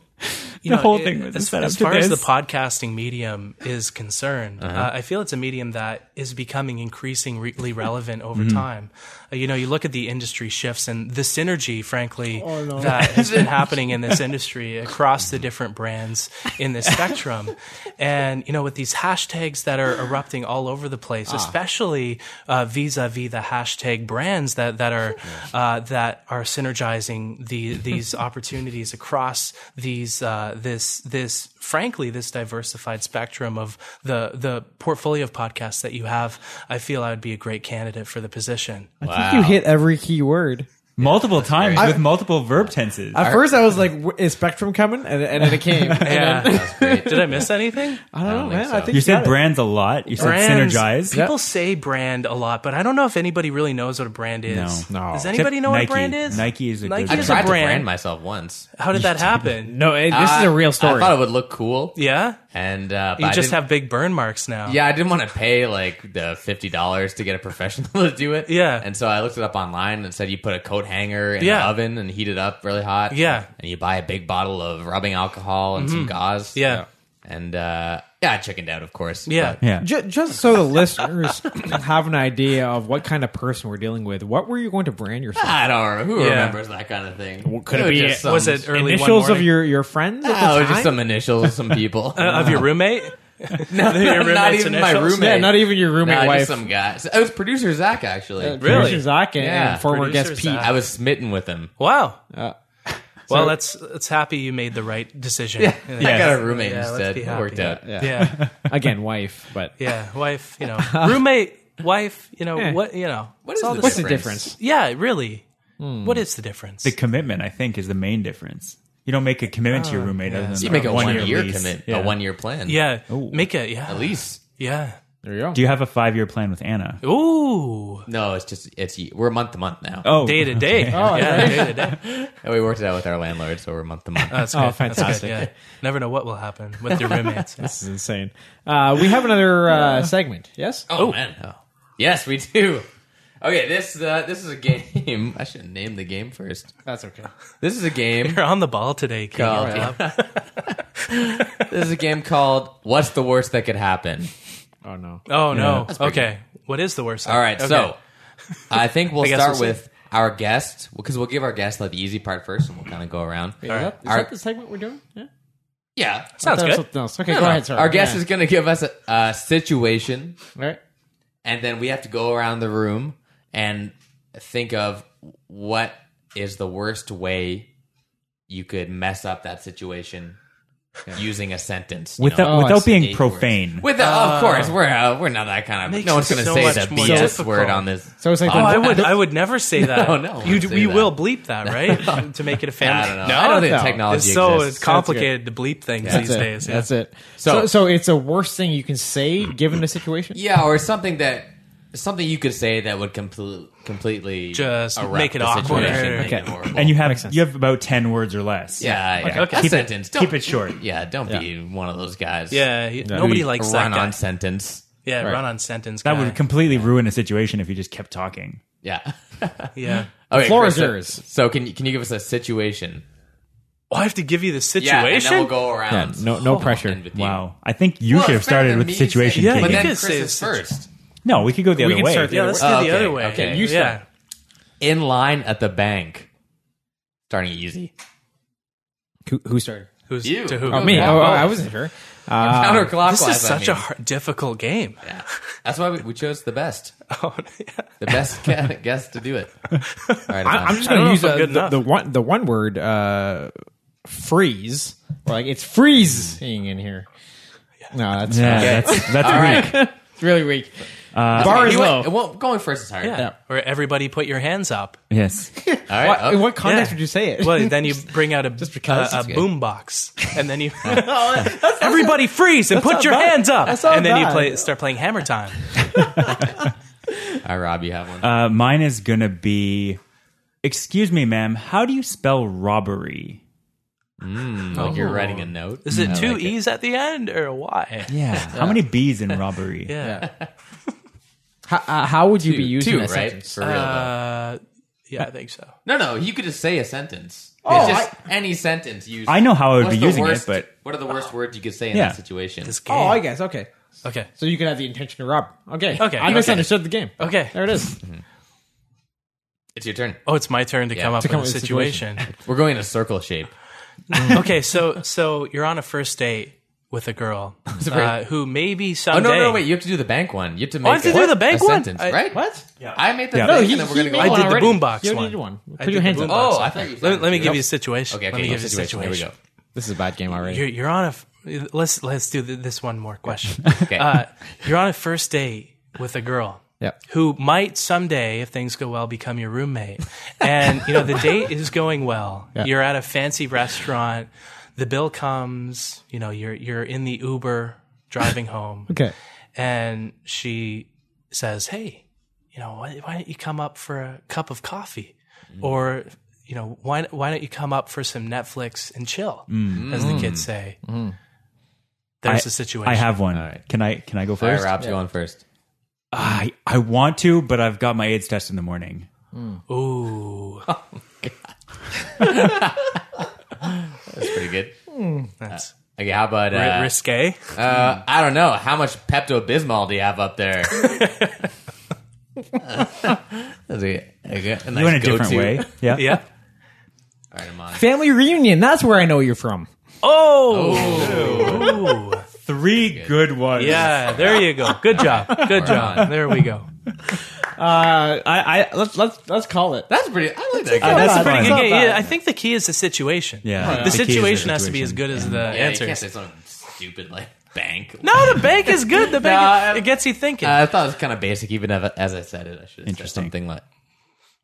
Speaker 2: you
Speaker 4: The
Speaker 2: know,
Speaker 4: whole
Speaker 2: it-
Speaker 4: thing was
Speaker 2: as,
Speaker 4: set up
Speaker 2: as
Speaker 4: to
Speaker 2: far as the
Speaker 4: this.
Speaker 2: podcasting medium is concerned.
Speaker 3: Uh-huh.
Speaker 2: uh I feel it's a medium that is becoming increasingly relevant over
Speaker 4: Mm-hmm.
Speaker 2: time. Uh, you know, you look at the industry shifts and the synergy, frankly,
Speaker 4: Oh,
Speaker 2: that has been happening in this industry across the different brands in this spectrum, and you know, with these hashtags that are erupting all over the place,
Speaker 4: Ah.
Speaker 2: especially uh, vis-a-vis the hashtag brands that that are uh, that are synergizing the these opportunities across these uh, this this frankly this diversified spectrum of the the portfolio of podcasts that you have. I feel I would be a great candidate for the position.
Speaker 1: I think you hit every key word.
Speaker 4: multiple times with multiple verb tenses.
Speaker 1: At first, I was like, "W- "Is Spectrum coming?" And, and then it came. And
Speaker 2: Yeah.
Speaker 1: then-
Speaker 3: That's great.
Speaker 2: Did I miss anything?
Speaker 1: I don't know,
Speaker 3: think
Speaker 1: man.
Speaker 3: so.
Speaker 1: I think
Speaker 4: you
Speaker 1: got
Speaker 4: said
Speaker 1: it.
Speaker 4: brands a lot. You said
Speaker 2: Brands.
Speaker 4: synergize.
Speaker 2: People say brand a lot, but I don't know if anybody really knows what a brand is.
Speaker 1: No. No.
Speaker 2: Does anybody
Speaker 4: Except
Speaker 2: know what
Speaker 4: Nike.
Speaker 2: a brand is?
Speaker 4: Nike is a
Speaker 2: Nike
Speaker 4: good
Speaker 3: I
Speaker 4: It
Speaker 2: is
Speaker 3: tried
Speaker 2: a
Speaker 3: to brand
Speaker 2: brand.
Speaker 3: myself once.
Speaker 2: How did that happen?
Speaker 1: No, it, this is
Speaker 3: Uh,
Speaker 1: a real story.
Speaker 3: I thought it would look cool.
Speaker 2: Yeah.
Speaker 3: And uh, but
Speaker 2: You
Speaker 3: I
Speaker 2: just
Speaker 3: didn't-
Speaker 2: have big burn marks now.
Speaker 3: Yeah, I didn't want to pay like the fifty dollars to get a professional to do it.
Speaker 2: Yeah.
Speaker 3: and so I looked it up online and it said you put a coat hanger in
Speaker 2: Yeah.
Speaker 3: the oven and heat it up really hot.
Speaker 2: Yeah. Mm-hmm.
Speaker 3: and you buy a big bottle of rubbing alcohol and some gauze.
Speaker 2: Yeah.
Speaker 3: and uh, yeah, I chickened out, of course.
Speaker 2: Yeah.
Speaker 4: Yeah.
Speaker 1: Ju- just so the listeners have an idea of what kind of person we're dealing with, what were you going to brand
Speaker 3: but
Speaker 1: yourself?
Speaker 3: I don't remember. Who
Speaker 2: Yeah.
Speaker 3: remembers that kind of thing?
Speaker 1: could it
Speaker 3: was
Speaker 1: be-
Speaker 3: just some-
Speaker 2: Was it early one
Speaker 1: Initials of
Speaker 2: morning?
Speaker 1: your, your friends? At the
Speaker 3: Oh, it was just
Speaker 1: time?
Speaker 3: some initials, some people.
Speaker 2: Uh, of your roommate?
Speaker 3: no,
Speaker 2: your
Speaker 3: not
Speaker 2: roommate's
Speaker 3: even my
Speaker 2: initials?
Speaker 3: roommate.
Speaker 1: yeah, not even your roommate
Speaker 3: Nah, just
Speaker 1: wife.
Speaker 3: some guy. So it was producer Zach actually.
Speaker 2: Really?
Speaker 1: Producer Zach and,
Speaker 3: Yeah.
Speaker 1: and former
Speaker 2: Producer
Speaker 1: guest Pete.
Speaker 2: Zach.
Speaker 3: I was smitten with him.
Speaker 2: Wow. well,
Speaker 1: So-
Speaker 2: that's that's happy you made the right decision. Yeah.
Speaker 3: I got a roommate
Speaker 2: Yeah, let's
Speaker 3: instead.
Speaker 2: be
Speaker 3: It
Speaker 2: happy.
Speaker 3: worked out.
Speaker 1: Yeah.
Speaker 2: Yeah.
Speaker 1: Again, wife, but
Speaker 2: Yeah. Wife, you know. Roommate, wife, you know,
Speaker 1: Yeah.
Speaker 2: what, you know.
Speaker 3: What
Speaker 2: it's
Speaker 3: is
Speaker 2: all
Speaker 3: the
Speaker 1: what's the
Speaker 3: Difference.
Speaker 1: difference?
Speaker 2: Yeah, really. What is the difference?
Speaker 4: The commitment, I think, is the main difference. You don't make a commitment to your roommate. Other than
Speaker 3: You make a one, year,
Speaker 4: lease.
Speaker 3: commit,
Speaker 4: Yeah.
Speaker 3: a one year plan.
Speaker 2: yeah.
Speaker 4: Ooh.
Speaker 2: Make it. Yeah.
Speaker 3: At least.
Speaker 2: Yeah.
Speaker 1: There you go.
Speaker 4: Do you have a five year plan with Anna?
Speaker 2: Ooh.
Speaker 3: No, it's just, it's we're month to month now.
Speaker 4: Oh,
Speaker 2: Day to day. Yeah. Day to day.
Speaker 3: And we worked it out with our landlord, so we're month to month.
Speaker 2: That's good.
Speaker 1: Oh,
Speaker 2: That's good,
Speaker 1: fantastic.
Speaker 2: yeah. Never know what will happen with your roommates.
Speaker 1: this is insane. Uh, we have another uh, segment. Yes.
Speaker 3: oh, man. Yes, we do. Okay, this uh, this is a game. I should name the game first.
Speaker 1: That's okay.
Speaker 3: This is a game.
Speaker 2: You're on the ball today, King.
Speaker 3: Oh,
Speaker 2: Rob.
Speaker 3: yeah. This is a game called "What's the worst that could happen."
Speaker 1: Oh no.
Speaker 2: Oh no.
Speaker 3: That's pretty
Speaker 2: Okay. What is the worst?
Speaker 3: All right,
Speaker 2: Okay.
Speaker 3: so I think we'll
Speaker 2: I guess
Speaker 3: start
Speaker 2: we'll see.
Speaker 3: with our guest because we'll give our guest like the easy part first, and we'll kind of go around.
Speaker 1: Wait,
Speaker 2: All
Speaker 1: is
Speaker 2: right.
Speaker 1: that, is
Speaker 3: Our-
Speaker 1: that the segment we're doing? Yeah.
Speaker 3: Yeah,
Speaker 2: sounds
Speaker 1: That was
Speaker 2: good.
Speaker 1: something else. Okay,
Speaker 3: No,
Speaker 1: go
Speaker 3: no.
Speaker 1: ahead. Sorry.
Speaker 3: Our guest
Speaker 1: Yeah.
Speaker 3: is going to give us a, a situation,
Speaker 1: All right.
Speaker 3: and then we have to go around the room and think of what is the worst way you could mess up that situation using a sentence. you
Speaker 4: without
Speaker 3: know?
Speaker 1: Oh, I
Speaker 4: without
Speaker 1: see.
Speaker 4: being
Speaker 3: Eight
Speaker 4: profane.
Speaker 3: With the, of course, we're uh, we're not that kind of.
Speaker 2: Makes
Speaker 3: no one's
Speaker 2: it
Speaker 3: going to
Speaker 2: so
Speaker 3: say
Speaker 2: much
Speaker 3: the
Speaker 2: more
Speaker 3: BS
Speaker 2: difficult.
Speaker 3: word on this.
Speaker 1: So it's like
Speaker 2: Oh,
Speaker 1: the-
Speaker 2: I would. I would never say that.
Speaker 3: No, no, I
Speaker 2: You,
Speaker 3: wouldn't say
Speaker 2: we
Speaker 3: that.
Speaker 2: will bleep that, right? to make it a family.
Speaker 3: I don't know.
Speaker 2: No,
Speaker 3: I don't think
Speaker 1: no.
Speaker 3: technology
Speaker 2: it's so
Speaker 3: exists.
Speaker 2: it's complicated to bleep things
Speaker 1: That's
Speaker 2: these
Speaker 1: it.
Speaker 2: days. yeah.
Speaker 1: That's it.
Speaker 3: So-
Speaker 1: So, so, it's a worst thing you can say given the situation.
Speaker 3: Yeah, or something that something you could say that would complete, completely
Speaker 2: Just
Speaker 3: erupt
Speaker 2: make it
Speaker 3: the
Speaker 2: awkward.
Speaker 3: situation, make it
Speaker 1: Okay.
Speaker 3: horrible.
Speaker 4: and you have you have about ten words or less.
Speaker 3: yeah, yeah.
Speaker 2: okay.
Speaker 3: A
Speaker 2: Keep it-
Speaker 3: sentence. don't,
Speaker 4: Keep it short.
Speaker 3: Yeah, don't be one of those guys.
Speaker 2: Yeah, he- Nobody
Speaker 4: Who
Speaker 2: likes that.
Speaker 3: run
Speaker 2: guy.
Speaker 3: on sentence.
Speaker 2: yeah, run on sentence.
Speaker 4: That
Speaker 2: guy.
Speaker 4: would completely ruin a situation if you just kept talking.
Speaker 3: Yeah.
Speaker 2: Yeah.
Speaker 3: Okay,
Speaker 1: floor is
Speaker 3: Krista,
Speaker 1: yours.
Speaker 3: So can you, can you give us a situation?
Speaker 2: Well, Oh, I have to give you the situation.
Speaker 3: Yeah, and then we'll go
Speaker 4: Yeah,
Speaker 3: around.
Speaker 4: no, no
Speaker 3: I'll
Speaker 4: pressure.
Speaker 3: end with you.
Speaker 4: Wow, I think you
Speaker 3: Well,
Speaker 4: should have
Speaker 3: it's better
Speaker 4: started
Speaker 3: than
Speaker 4: with
Speaker 3: me
Speaker 4: situation.
Speaker 3: saying-
Speaker 2: Yeah,
Speaker 4: King.
Speaker 3: but
Speaker 2: you
Speaker 3: then
Speaker 2: could
Speaker 3: Chris
Speaker 2: say
Speaker 3: is
Speaker 2: situ-
Speaker 3: first.
Speaker 4: no, we could go
Speaker 1: We
Speaker 4: the other
Speaker 1: can
Speaker 4: way.
Speaker 1: start the
Speaker 2: yeah,
Speaker 1: other
Speaker 2: let's
Speaker 1: way.
Speaker 2: do
Speaker 3: Okay,
Speaker 2: the other way.
Speaker 3: okay, you
Speaker 2: you yeah.
Speaker 3: start. In line at the bank. Starting easy.
Speaker 1: Who, who started?
Speaker 2: Who's
Speaker 3: You.
Speaker 2: to who?
Speaker 1: Oh, me.
Speaker 3: Yeah.
Speaker 1: Oh, oh, I wasn't sure.
Speaker 3: Counterclockwise.
Speaker 2: This is
Speaker 3: I
Speaker 2: such a
Speaker 3: mean.
Speaker 2: hard, difficult game.
Speaker 3: Yeah. That's why we, we chose the best.
Speaker 2: Oh, yeah.
Speaker 3: The best ca- guess to do it. All right,
Speaker 1: I, I'm
Speaker 3: Hassan.
Speaker 1: just
Speaker 2: I don't
Speaker 1: going
Speaker 2: know
Speaker 1: to use
Speaker 2: if I'm
Speaker 1: uh,
Speaker 2: good
Speaker 1: the,
Speaker 2: enough.
Speaker 1: the one the one word uh, freeze. Or like it's freezing in here. No, that's
Speaker 4: Yeah,
Speaker 1: okay.
Speaker 4: that's that's
Speaker 3: All
Speaker 4: weak.
Speaker 3: right.
Speaker 1: it's really weak. Bar is
Speaker 3: You
Speaker 1: low.
Speaker 3: went- well, going first is hard.
Speaker 2: Yeah. Or everybody put your hands up.
Speaker 4: Yes.
Speaker 3: All right. Oh,
Speaker 1: What, in what context
Speaker 2: Yeah.
Speaker 1: would you say it?
Speaker 2: Well, then you bring out a,
Speaker 3: because.
Speaker 2: a, a
Speaker 3: That's good.
Speaker 2: boom box, and then you everybody freeze and put
Speaker 1: not
Speaker 2: your
Speaker 1: bad.
Speaker 2: hands up,
Speaker 1: That's not
Speaker 2: and then you
Speaker 1: bad.
Speaker 2: play start playing Hammer Time.
Speaker 3: All right, Rob, you have one.
Speaker 4: Uh, mine is gonna be. Excuse me, ma'am. How do you spell robbery?
Speaker 3: like you're writing a note.
Speaker 2: Is it
Speaker 3: I
Speaker 2: two
Speaker 3: like
Speaker 2: e's at the end or why?
Speaker 4: Yeah. How many B's in robbery?
Speaker 2: Yeah,
Speaker 1: how, uh, how would you
Speaker 3: Two,
Speaker 1: be using
Speaker 3: two,
Speaker 1: that
Speaker 3: right?
Speaker 1: sentence?
Speaker 3: For real, though.
Speaker 2: uh, yeah, I think so.
Speaker 3: No, no, you could just say a sentence.
Speaker 1: Oh,
Speaker 3: it's just any sentence used.
Speaker 4: I know how I would
Speaker 3: What's
Speaker 4: be
Speaker 3: the
Speaker 4: using
Speaker 3: worst-
Speaker 4: it, but
Speaker 3: what are the worst words you could say in
Speaker 4: Yeah.
Speaker 3: that situation?
Speaker 2: This game.
Speaker 1: Oh, I guess. Okay.
Speaker 2: okay.
Speaker 1: So you could have the intention to rob. Okay.
Speaker 2: Okay.
Speaker 1: I misunderstood the game.
Speaker 2: Okay.
Speaker 1: There it is.
Speaker 3: It's your turn.
Speaker 2: Oh, it's my turn to
Speaker 3: Yeah,
Speaker 2: come up
Speaker 1: to come
Speaker 2: with
Speaker 1: up
Speaker 2: a
Speaker 1: with a
Speaker 2: situation.
Speaker 1: situation.
Speaker 3: We're going in a circle shape.
Speaker 2: okay, so so you're on a first date with a girl uh, who maybe
Speaker 3: Oh
Speaker 2: someday.
Speaker 3: no, no, wait! You have to do the bank one. You have to make.
Speaker 2: I have to
Speaker 3: a-
Speaker 2: do the bank
Speaker 3: a
Speaker 2: one?
Speaker 3: Sentence,
Speaker 2: I-
Speaker 3: right?
Speaker 1: What?
Speaker 3: I made the
Speaker 4: Yeah.
Speaker 3: thing,
Speaker 4: No,
Speaker 1: he-
Speaker 3: and then we're gonna
Speaker 1: he
Speaker 3: go.
Speaker 1: made
Speaker 2: I
Speaker 1: one
Speaker 2: did the
Speaker 1: already.
Speaker 2: boombox
Speaker 1: You
Speaker 2: one.
Speaker 1: did one. Put
Speaker 2: did
Speaker 1: your
Speaker 2: the
Speaker 1: hands up.
Speaker 2: boombox.
Speaker 3: Oh, I thought you.
Speaker 2: Let, let me give you a
Speaker 3: Okay,
Speaker 2: situation.
Speaker 3: okay,
Speaker 2: let me
Speaker 3: go
Speaker 2: give you a situation.
Speaker 3: Here we go.
Speaker 1: This is a bad game already.
Speaker 2: You're, you're on a. f- Let's let's do th- this one more question.
Speaker 3: Okay.
Speaker 2: Uh, you're on a first date with a girl.
Speaker 1: Yep.
Speaker 2: Who might someday, if things go well, become your roommate. And you know the date is going well. You're at a fancy restaurant. The bill comes. You know you're you're in the Uber driving home.
Speaker 1: Okay.
Speaker 2: And she says, "Hey, you know why, why don't you come up for a cup of coffee,
Speaker 4: Mm.
Speaker 2: or you know why why don't you come up for some Netflix and chill, as the kids say." There's a situation.
Speaker 4: Mm. I have one.
Speaker 3: right.
Speaker 4: Can I can I go
Speaker 3: All right,
Speaker 4: first?
Speaker 3: Rob's going first.
Speaker 4: I I want to, but I've got my AIDS test in the morning.
Speaker 2: Ooh.
Speaker 3: That's pretty good.
Speaker 2: That's
Speaker 3: Okay, how about
Speaker 2: ri-
Speaker 3: uh,
Speaker 2: risque.
Speaker 3: Uh, I don't know. How much Pepto Bismol do you have up there? That's a, a, g- a nice
Speaker 4: You went a different
Speaker 3: go-to.
Speaker 4: way. Yeah.
Speaker 2: Yeah.
Speaker 3: All right, I'm on. it.
Speaker 1: Family reunion. That's where I know you're from.
Speaker 2: Oh. Ooh.
Speaker 4: Three good ones.
Speaker 2: Yeah. There you go. Good job. Good job. There we go.
Speaker 1: Uh, I, I let's let's let's call it.
Speaker 3: That's pretty. I like that.
Speaker 4: Uh,
Speaker 3: Guy.
Speaker 4: that's
Speaker 1: Not
Speaker 4: pretty
Speaker 1: bad.
Speaker 4: good.
Speaker 1: Not
Speaker 2: Okay,
Speaker 1: bad.
Speaker 2: yeah, I think the key is the situation. The,
Speaker 4: Yeah. The key is the
Speaker 2: situation has to be as
Speaker 4: situation.
Speaker 2: good as the
Speaker 3: yeah, you can't
Speaker 2: answers.
Speaker 3: say something stupid like bank.
Speaker 2: No, the bank is good. The bank,
Speaker 3: Nah,
Speaker 2: it gets you thinking.
Speaker 3: Uh, I thought it was kind of basic. Even if, as I said it, I should have said
Speaker 4: Interesting.
Speaker 3: something like.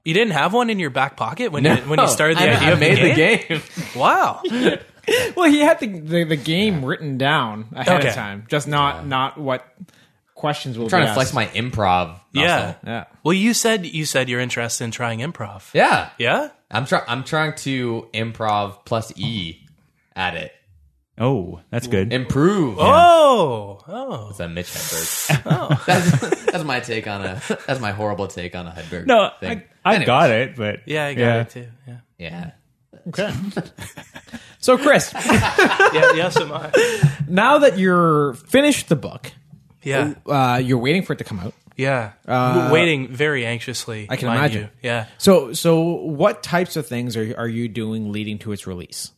Speaker 2: you didn't have one in your back pocket when you, when you started the
Speaker 3: I,
Speaker 2: idea
Speaker 3: I
Speaker 2: of
Speaker 3: made
Speaker 2: the, game?
Speaker 3: game.
Speaker 2: Wow.
Speaker 1: Well, he had the the, the game written down ahead
Speaker 2: Okay.
Speaker 1: of time, just not not what questions will.
Speaker 3: trying
Speaker 1: be
Speaker 3: to flex
Speaker 1: asked.
Speaker 3: my improv. Muscle.
Speaker 2: yeah.
Speaker 1: Yeah.
Speaker 2: Well, you said you said you're interested in trying improv.
Speaker 3: yeah,
Speaker 2: Yeah?
Speaker 3: I'm trying. I'm trying to improv plus e at it.
Speaker 4: Oh, that's good.
Speaker 3: Improve.
Speaker 2: Oh. Oh.
Speaker 3: It's a Mitch Hedberg. oh, that's, that's my take on a. That's my horrible take on a Hedberg.
Speaker 4: No,
Speaker 3: thing.
Speaker 4: uh, I, I
Speaker 3: Anyways,
Speaker 4: got it, but
Speaker 2: Yeah, I got it too. Yeah.
Speaker 3: Yeah.
Speaker 1: Okay. so, Chris,
Speaker 2: Yeah, yes am I.
Speaker 1: now that you're finished the book,
Speaker 2: Yeah.
Speaker 1: uh, you're waiting for it to come out.
Speaker 2: Yeah. W- Waiting very anxiously.
Speaker 1: I can
Speaker 2: mind
Speaker 1: imagine.
Speaker 2: you. Yeah.
Speaker 1: So, so what types of things are are you doing leading to its release?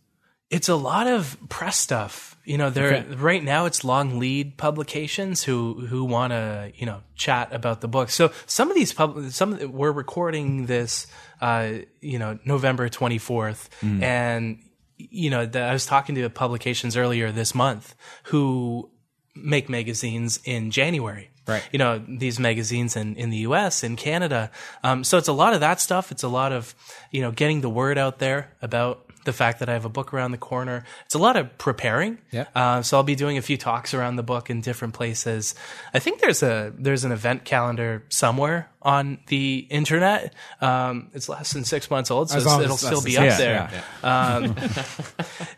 Speaker 2: It's a lot of press stuff. You know, there
Speaker 1: Okay.
Speaker 2: right now it's long lead publications who who want to, you know, chat about the book. So some of these pub some we're recording this uh, you know, November 24th and you know, the, I was talking to publications earlier this month who make magazines in January.
Speaker 1: Right.
Speaker 2: You know, these magazines in, in the US, in Canada. Um, so it's a lot of that stuff. It's a lot of, you know, getting the word out there about the fact that I have a book around the corner. It's a lot of preparing.
Speaker 1: Yeah.
Speaker 2: Uh, so I'll be doing a few talks around the book in different places. I think there's a, there's an event calendar somewhere on the internet. Um, it's less than six months old, so
Speaker 1: As long as
Speaker 2: it'll
Speaker 1: it's less
Speaker 2: still
Speaker 1: than
Speaker 2: be
Speaker 1: six,
Speaker 2: up
Speaker 1: yeah,
Speaker 2: there.
Speaker 1: yeah.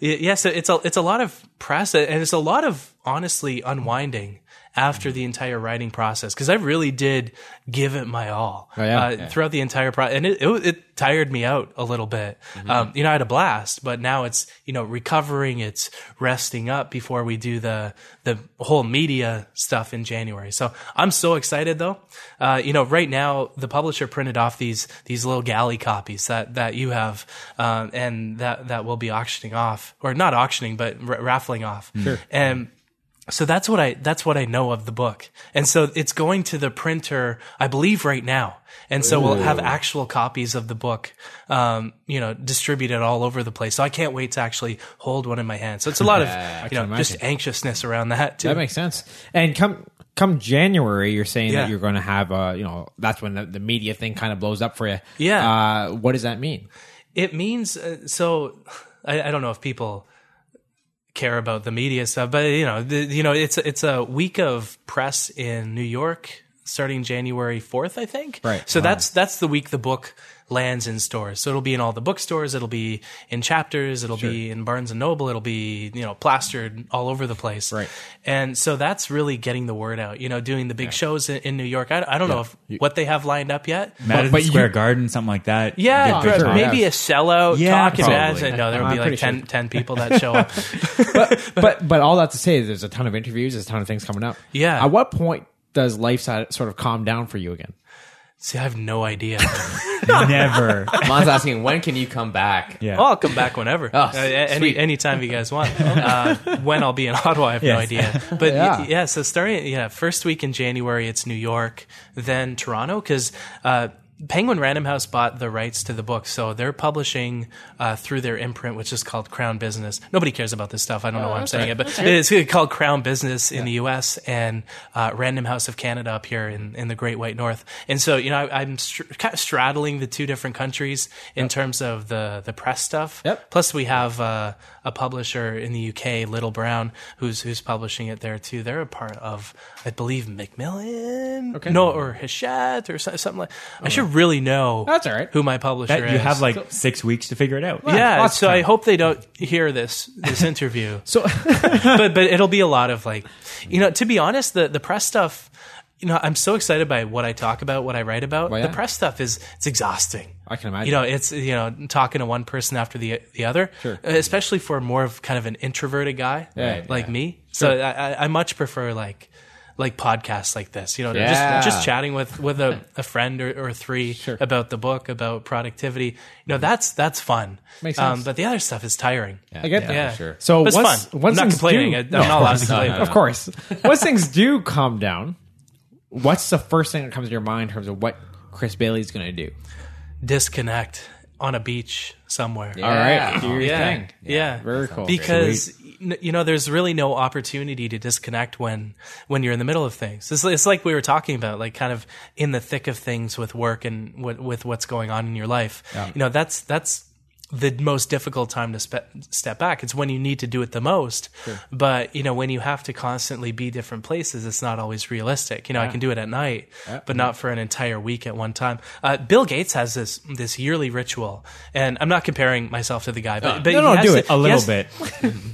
Speaker 2: Y- Yes, it's a it's a lot of press, and it's a lot of honestly unwinding after the entire writing process because I really did give it my all
Speaker 1: Oh, yeah?
Speaker 2: uh,
Speaker 1: Yeah.
Speaker 2: throughout the entire process, and it, it was- it tired me out a little bit. Um, you know, I had a blast, but now it's you know recovering, it's resting up before we do the the whole media stuff in January. So I'm so excited though. Uh, you know, right now the publisher printed off these these little galley copies that that you have, um, and that that will be auctioning off or not auctioning, but r- raffling off. Sure. And so that's what I that's what I know of the book. And so it's going to the printer, I believe, right now. And so we'll have actual copies of the book, um, you know, distributed all over the place. So I can't wait to actually hold one in my hand. So it's a lot of you know
Speaker 1: can
Speaker 2: just
Speaker 1: imagine.
Speaker 2: anxiousness around that too.
Speaker 1: That makes sense. And come come January, you're saying
Speaker 2: Yeah.
Speaker 1: that you're going to have a you know that's when the, the media thing kind of blows up for you.
Speaker 2: Yeah.
Speaker 1: Uh, what does that mean?
Speaker 2: it means uh, so. I, I don't know if people care about the media stuff, but you know, the, you know, it's it's a week of press in New York starting January fourth, I think.
Speaker 1: Right.
Speaker 2: So that's that's the week the book lands in stores. So it'll be in all the bookstores. It'll be in chapters. It'll be in Barnes and Noble. It'll be you know plastered all over the place.
Speaker 1: Right.
Speaker 2: And so that's really getting the word out. You know, doing the big shows in, in New York. I, I don't know if what they have lined up yet.
Speaker 4: Madison
Speaker 1: but you-
Speaker 4: Square Garden, something like that.
Speaker 2: Yeah,
Speaker 4: Big- big
Speaker 2: but
Speaker 4: time.
Speaker 2: maybe
Speaker 1: yeah.
Speaker 2: a sellout
Speaker 4: Yeah,
Speaker 2: talk
Speaker 4: probably.
Speaker 2: imagine. No, there would
Speaker 1: I'm
Speaker 2: be like
Speaker 1: pretty
Speaker 2: 10,
Speaker 1: sure.
Speaker 2: 10 people that show up.
Speaker 1: but but all that to say, there's a ton of interviews, there's a ton of things coming up.
Speaker 2: Yeah.
Speaker 1: At what point does life si- sort of calm down for you again?
Speaker 2: See, I have no idea.
Speaker 4: Never.
Speaker 3: Mon's asking, when can you come back?
Speaker 4: Yeah.
Speaker 2: Well, I'll come back whenever.
Speaker 3: Oh,
Speaker 2: Uh, any
Speaker 3: sweet.
Speaker 2: anytime you guys want. Uh, when I'll be in Ottawa, I have no
Speaker 4: Yes.
Speaker 2: idea. But
Speaker 1: Yeah.
Speaker 2: yeah. yeah, so starting yeah, first week in January, it's New York, then Toronto, because. Uh, Penguin Random House bought the rights to the book, so they're publishing uh, through their imprint, which is called Crown Business. Nobody cares about this stuff. I don't know why I'm saying it, but it's called Crown Business in the U.S. and uh, Random House of Canada up here in, in the Great White North. And so, you know, I, I'm str- kind of straddling the two different countries in terms of the the press stuff.
Speaker 1: Yep.
Speaker 2: Plus, we have uh, a publisher in the UK, Little Brown, who's who's publishing it there too. They're a part of, I believe, Macmillan,
Speaker 1: Okay. Oh.
Speaker 2: no, or Hachette, or so- something like. I should really know.
Speaker 1: That's all right.
Speaker 2: Who my publisher
Speaker 4: That-
Speaker 2: is?
Speaker 4: you have like six weeks to figure it out.
Speaker 2: yeah.
Speaker 1: lots of
Speaker 2: So I
Speaker 1: time.
Speaker 2: hope they don't hear this this interview
Speaker 1: So
Speaker 2: but but it'll be a lot of like you know to be honest the the press stuff you know i'm so excited by what i talk about what i write about
Speaker 1: Well,
Speaker 2: the
Speaker 1: yeah.
Speaker 2: press stuff is it's exhausting
Speaker 1: I can imagine.
Speaker 2: you know it's you know talking to one person after the the other Uh,
Speaker 1: Sure.
Speaker 2: especially for more of kind of an introverted guy
Speaker 1: Yeah,
Speaker 2: like
Speaker 1: yeah.
Speaker 2: me so I, I- I much prefer like like podcasts like this, you know,
Speaker 3: Yeah.
Speaker 2: just just chatting with with a, a friend or, or three about the book, about productivity. You know, that's that's fun. Um,
Speaker 1: Makes sense.
Speaker 2: but the other stuff is tiring.
Speaker 1: I get that.
Speaker 2: Yeah.
Speaker 3: sure.
Speaker 1: So
Speaker 2: But it's
Speaker 1: once,
Speaker 2: fun.
Speaker 1: once
Speaker 2: I'm not
Speaker 1: things
Speaker 2: complaining.
Speaker 1: do-
Speaker 2: I- I'm not allowed to complain.
Speaker 1: Of course. once things do calm down, what's the first thing that comes to your mind in terms of what Chris Bailey's going to do?
Speaker 2: disconnect on a beach somewhere.
Speaker 3: Yeah.
Speaker 1: All right, do your
Speaker 2: Yeah.
Speaker 1: thing.
Speaker 2: Yeah.
Speaker 1: Very cool.
Speaker 2: Because n- you know, there's really no opportunity to disconnect when when you're in the middle of things. It's, it's like we were talking about, like kind of in the thick of things with work and with, with what's going on in your life. You know, that's that's the most difficult time to spe- step back. It's when you need to do it the most. But you know, when you have to constantly be different places, it's not always realistic. You know, I can do it at night, but not for an entire week at one time. Uh, Bill Gates has this this yearly ritual, and I'm not comparing myself to the guy, but, but
Speaker 1: no,
Speaker 2: he
Speaker 1: no,
Speaker 2: has
Speaker 1: do
Speaker 2: the-
Speaker 1: it.
Speaker 4: A
Speaker 2: he
Speaker 4: little
Speaker 2: has-
Speaker 4: bit.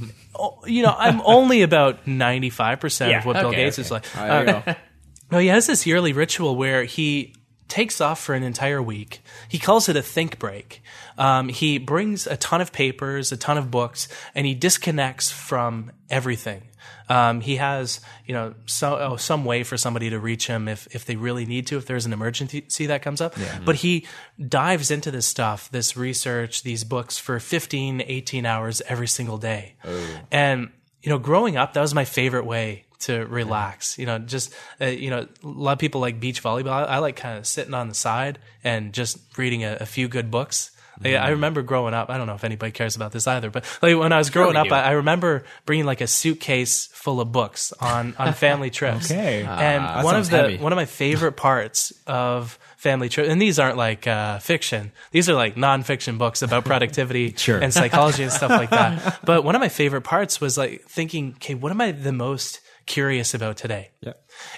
Speaker 2: you know, I'm only about 95% of what Bill
Speaker 3: okay,
Speaker 2: Gates
Speaker 3: okay.
Speaker 2: is like.
Speaker 1: Ah,
Speaker 2: uh,
Speaker 1: There you go.
Speaker 2: No, he has this yearly ritual where he takes off for an entire week. He calls it a think break. Um, he brings a ton of papers, a ton of books, and he disconnects from everything. Um, he has, you know, so, oh, some way for somebody to reach him if, if they really need to, if there's an emergency that comes up. But he dives into this stuff, this research, these books for 15, 18 hours every single day.
Speaker 1: Oh.
Speaker 2: And you know, growing up, that was my favorite way to relax. You know, just uh, you know, a lot of people like beach volleyball. I, I like kind of sitting on the side and just reading a, a few good books. Like, I remember growing up. I don't know if anybody cares about this either, but like when I was growing up, I, I remember bringing like a suitcase full of books on on family trips.
Speaker 4: Okay.
Speaker 2: and one of
Speaker 3: sounds
Speaker 2: the
Speaker 3: heavy.
Speaker 2: one of my favorite parts of family trips, and these aren't like uh, fiction; these are like nonfiction books about productivity and psychology and stuff like that. But one of my favorite parts was like thinking, okay, what am I the most curious about today?
Speaker 1: Yeah.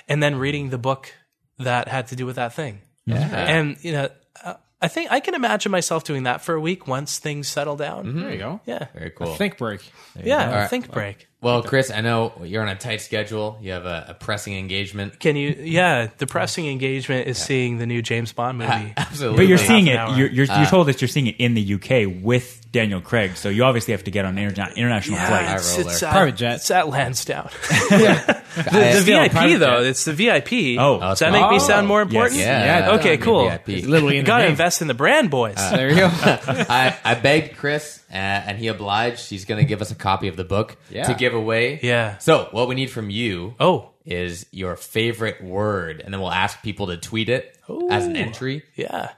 Speaker 2: and then reading the book that had to do with that thing. And you know, uh, I think I can imagine myself doing that for a week once things settle down.
Speaker 1: Mm-hmm. There you go.
Speaker 2: Yeah,
Speaker 3: Very cool.
Speaker 1: Think break.
Speaker 2: yeah,
Speaker 3: All right.
Speaker 2: think break.
Speaker 3: Well, Chris, I know you're on a tight schedule. You have a, a pressing engagement.
Speaker 2: Can you? Yeah, the pressing engagement is seeing the new James Bond movie.
Speaker 3: Absolutely.
Speaker 4: But you're seeing
Speaker 2: an
Speaker 4: it.
Speaker 2: hour.
Speaker 4: You're, you're, you're told that you're seeing it in the UK with Daniel Craig, so you obviously have to get on interna- international
Speaker 2: Yeah,
Speaker 4: flight.
Speaker 2: it's,
Speaker 3: roller.
Speaker 2: it's at,
Speaker 1: Private jet.
Speaker 2: It's at Lansdowne.
Speaker 3: I-
Speaker 2: the
Speaker 4: still,
Speaker 2: VIP
Speaker 4: private
Speaker 2: though.
Speaker 4: jet.
Speaker 2: It's the VIP.
Speaker 4: Oh.
Speaker 2: does that make me sound more
Speaker 4: Oh,
Speaker 2: important?
Speaker 4: yes.
Speaker 3: Yeah.
Speaker 2: Okay,
Speaker 3: that'd be
Speaker 2: cool.
Speaker 3: VIP.
Speaker 1: Literally in the
Speaker 2: Gotta
Speaker 1: name. Uh,
Speaker 2: invest in the brand, boys.
Speaker 1: There you go.
Speaker 3: I, I begged Chris, uh, and he obliged. He's going to give us a copy of the book
Speaker 1: Yeah.
Speaker 3: to give away.
Speaker 2: Yeah.
Speaker 3: So, what we need from you
Speaker 2: oh,
Speaker 3: is your favorite word, and then we'll ask people to tweet it as an entry.
Speaker 2: yeah.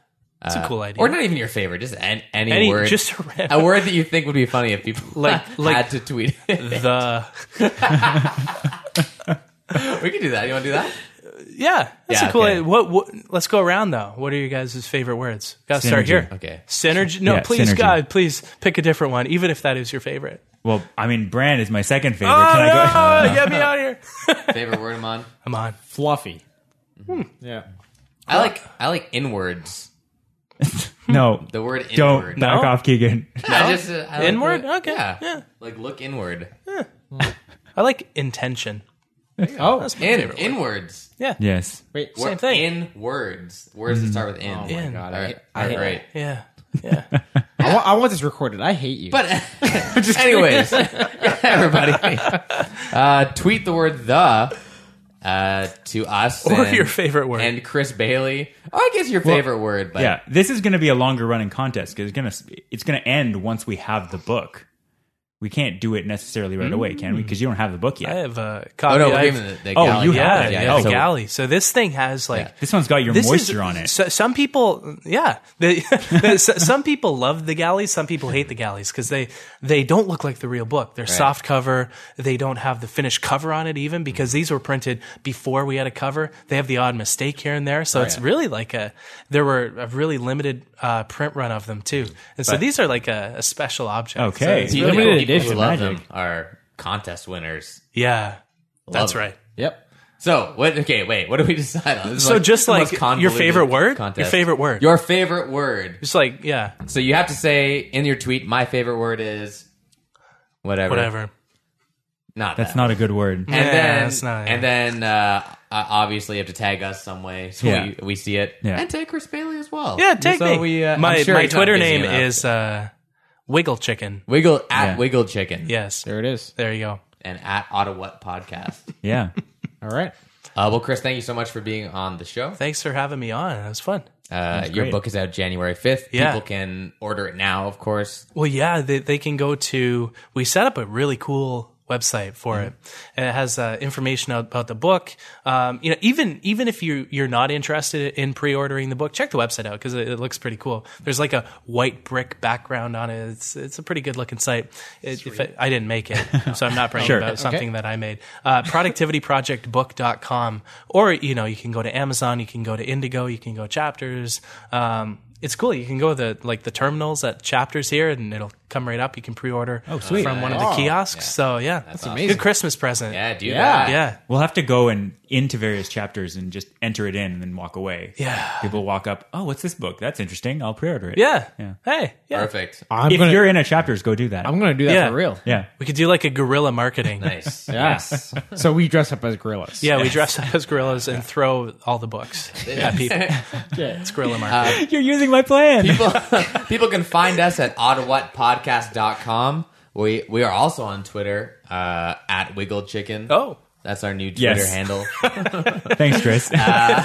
Speaker 2: That's a cool idea.
Speaker 3: Or not even your favorite, just an, any,
Speaker 2: Any-
Speaker 3: word.
Speaker 2: just a random-
Speaker 3: a word that you think would be funny if people
Speaker 2: Like-
Speaker 3: like,
Speaker 2: like-
Speaker 3: had to tweet it.
Speaker 2: the
Speaker 3: we can do that. You want to do that?
Speaker 2: yeah. That's
Speaker 3: Yeah,
Speaker 2: a cool.
Speaker 3: okay.
Speaker 2: idea. What, what? Let's go around though. What are your guys' favorite words? Gotta start
Speaker 4: Synergy.
Speaker 2: here.
Speaker 3: Okay.
Speaker 2: Synergy. No,
Speaker 4: Yeah,
Speaker 2: please,
Speaker 4: synergy.
Speaker 2: God, please pick a different one, even if that is your favorite.
Speaker 4: Well, I mean, brand is my second favorite.
Speaker 2: Oh,
Speaker 4: Can I go?
Speaker 2: no, get me out of here.
Speaker 3: Favorite word, I'm on.
Speaker 2: Come on.
Speaker 1: Fluffy.
Speaker 2: Hmm.
Speaker 1: Yeah.
Speaker 3: I like I like inwards.
Speaker 4: No,
Speaker 3: The word
Speaker 4: don't
Speaker 3: inward.
Speaker 4: knock
Speaker 2: No?
Speaker 4: off Keegan.
Speaker 3: I just, uh, I like
Speaker 2: Inward?
Speaker 3: the-
Speaker 2: Okay.
Speaker 3: Yeah.
Speaker 2: Yeah.
Speaker 3: Like look inward.
Speaker 2: I like intention.
Speaker 1: Oh,
Speaker 3: In, inwards.
Speaker 2: Yeah.
Speaker 4: yes,
Speaker 1: wait.
Speaker 3: Wor-
Speaker 2: Same thing.
Speaker 3: In words. Words that start with in. Oh
Speaker 2: In.
Speaker 3: All
Speaker 2: God,
Speaker 3: right.
Speaker 1: I-
Speaker 3: All
Speaker 1: I-
Speaker 3: right.
Speaker 2: Yeah. Yeah.
Speaker 1: I, wa- I want this recorded. I hate you.
Speaker 3: But uh, anyways, everybody, uh, tweet the word the uh, to us
Speaker 2: Or
Speaker 3: and-
Speaker 2: your favorite word.
Speaker 3: and Chris Bailey. Oh, I guess your favorite word, but
Speaker 4: yeah. This is going to be a longer running contest because it's going to it's going to end once we have the book. We can't do it necessarily right away, can we? Because you don't have the book
Speaker 2: Mm. I
Speaker 4: yet.
Speaker 2: have a
Speaker 3: oh
Speaker 2: copy. I
Speaker 3: no, we're
Speaker 2: have-
Speaker 3: giving the, the
Speaker 4: Oh,
Speaker 3: galley
Speaker 4: you
Speaker 3: back.
Speaker 2: yeah,
Speaker 4: have
Speaker 3: yeah,
Speaker 2: yeah,
Speaker 4: oh,
Speaker 3: so-
Speaker 2: galley. So this thing has like
Speaker 4: this one's got your
Speaker 2: this is-
Speaker 4: moisture on it.
Speaker 2: So, some people, yeah, they, so- some people love the galleys. Some people hate the galleys because they they don't look like the real book. They're soft cover. They don't have the finished cover on it even because these were printed before we had a cover. They have the odd mistake here and there. So it's really like a there were a really limited uh, print run of them too. And so these are like a, a special object. So
Speaker 4: Okay.
Speaker 2: it's
Speaker 3: See,
Speaker 2: really
Speaker 1: Limited
Speaker 2: cool.
Speaker 3: the people who
Speaker 1: edition
Speaker 3: love
Speaker 4: magic.
Speaker 3: them are contest winners.
Speaker 2: yeah, that's
Speaker 3: them.
Speaker 2: right.
Speaker 1: yep.
Speaker 3: So what? Okay, wait. What do we decide on? This is
Speaker 2: So just
Speaker 3: the
Speaker 2: like
Speaker 3: most
Speaker 2: your
Speaker 3: convoluted
Speaker 2: favorite word?
Speaker 3: contest.
Speaker 2: Your favorite word.
Speaker 3: Your favorite word.
Speaker 2: Just like yeah,
Speaker 3: So you have to say in your tweet, "My favorite word is whatever."
Speaker 2: whatever.
Speaker 3: Not
Speaker 4: That's
Speaker 3: that.
Speaker 4: not a good word.
Speaker 3: And
Speaker 2: Yeah,
Speaker 3: then,
Speaker 2: that's not-
Speaker 3: and then, uh, uh, obviously, you have to tag us some way so
Speaker 4: Yeah.
Speaker 3: we, we see it.
Speaker 4: Yeah.
Speaker 3: And tag Chris Bailey as well.
Speaker 2: Yeah, take
Speaker 3: so
Speaker 2: me.
Speaker 3: We, uh,
Speaker 2: my
Speaker 3: I'm sure
Speaker 2: my
Speaker 3: he's not
Speaker 2: Twitter
Speaker 3: busy
Speaker 2: name
Speaker 3: enough.
Speaker 2: is uh, Wiggle Chicken.
Speaker 3: Wiggle at
Speaker 4: Yeah.
Speaker 3: Wiggle Chicken.
Speaker 2: Yes,
Speaker 1: There it is.
Speaker 2: there you go.
Speaker 3: And at Ottawa Podcast.
Speaker 4: Yeah.
Speaker 1: All right.
Speaker 3: uh, well, Chris, thank you so much for being on the show.
Speaker 2: Thanks for having me on. That was fun.
Speaker 3: Uh, your
Speaker 4: great.
Speaker 3: book is out January 5th.
Speaker 2: Yeah.
Speaker 3: People can order it now, of course.
Speaker 2: Well, yeah, they, they can go to. We set up a really cool website for it, and it has uh, information about the book. Um, you know, even even if you you're not interested in pre-ordering the book, check the website out because it, it looks pretty cool. There's like a white brick background on it. It's it's a pretty good looking site. It, if it, I didn't make it, so I'm not bragging
Speaker 4: Sure.
Speaker 2: about something that I made. Uh, productivityprojectbook.com, or you know, you can go to Amazon, you can go to Indigo, you can go chapters. Um, it's cool. You can go to the like the terminals at chapters here, and it'll come right up. You can pre-order
Speaker 4: sweet.
Speaker 2: from one of the
Speaker 1: Nice.
Speaker 2: kiosks. So yeah, that's
Speaker 1: amazing.
Speaker 2: Good Christmas present.
Speaker 3: Yeah, do
Speaker 1: Yeah.
Speaker 3: that.
Speaker 2: yeah,
Speaker 4: We'll have to go and into various chapters and just enter it in and then walk away.
Speaker 2: Yeah.
Speaker 4: People walk up, oh, what's this book? That's interesting. I'll pre order it.
Speaker 2: yeah.
Speaker 4: Yeah.
Speaker 2: Hey, yeah.
Speaker 3: Perfect.
Speaker 1: I'm
Speaker 4: if
Speaker 1: gonna.
Speaker 4: you're in a chapters, go do that.
Speaker 1: I'm gonna do that
Speaker 2: Yeah.
Speaker 1: for real.
Speaker 4: yeah.
Speaker 2: We could do like a guerrilla marketing.
Speaker 3: Nice.
Speaker 1: Yes. so we dress up as gorillas.
Speaker 2: Yeah, we dress up as gorillas and throw all the books at people. It's
Speaker 3: Uh,
Speaker 2: guerrilla marketing.
Speaker 4: You're using my plan.
Speaker 3: people, people can find us at ottawatpodcast.com. We we are also on Twitter uh, at Wiggle Chicken.
Speaker 2: oh,
Speaker 3: That's our new Twitter
Speaker 4: Yes.
Speaker 3: handle.
Speaker 4: Thanks, Chris.
Speaker 2: yeah,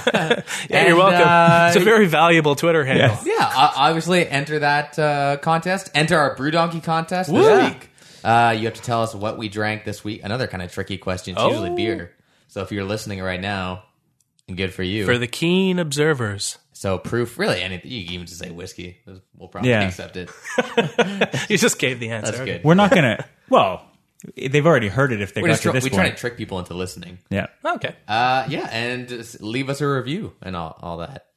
Speaker 3: And,
Speaker 2: you're welcome.
Speaker 3: uh,
Speaker 2: it's a very valuable Twitter handle.
Speaker 3: yeah, o- obviously enter that uh, contest. Enter our Brew Donkey contest this
Speaker 2: Woo.
Speaker 3: week. Uh, you have to tell us what we drank this week. Another kind of tricky question. It's usually
Speaker 2: Oh.
Speaker 3: beer. So if you're listening right now, good for you.
Speaker 2: For the keen observers,
Speaker 3: so proof, really anything. You can even just say whiskey. We'll probably
Speaker 4: Yeah.
Speaker 3: accept it.
Speaker 2: you just gave the answer.
Speaker 3: That's good.
Speaker 4: We're not going to, well, they've already heard it if they
Speaker 3: We're
Speaker 4: got
Speaker 3: just
Speaker 4: to
Speaker 3: tr-
Speaker 4: this
Speaker 3: we try to
Speaker 4: point.
Speaker 3: trick people into listening.
Speaker 4: yeah.
Speaker 2: Okay.
Speaker 3: Uh, yeah, and just leave us a review and all, all that.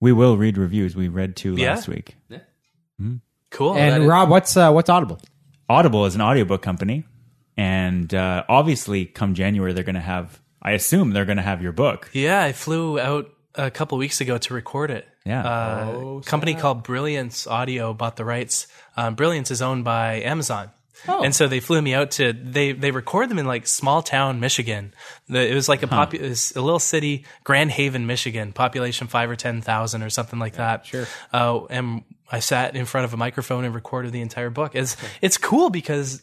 Speaker 4: We will read reviews. We read two
Speaker 2: Yeah.
Speaker 4: last week.
Speaker 2: Cool.
Speaker 1: And Rob, what's uh, what's Audible?
Speaker 4: Audible is an audiobook company. And uh, obviously, come January, they're going to have, I assume they're going to have your book.
Speaker 2: yeah, I flew out a couple weeks ago to record it.
Speaker 4: Yeah.
Speaker 2: Uh, company called Brilliance Audio bought the rights. Um, Brilliance is owned by Amazon. and so they flew me out to they they record them in like small town Michigan. The, it was like a popu- it was a little city, Grand Haven, Michigan, population five or ten thousand or something like that. Sure. Uh, and I sat in front of a microphone and recorded the entire book. It's it's cool because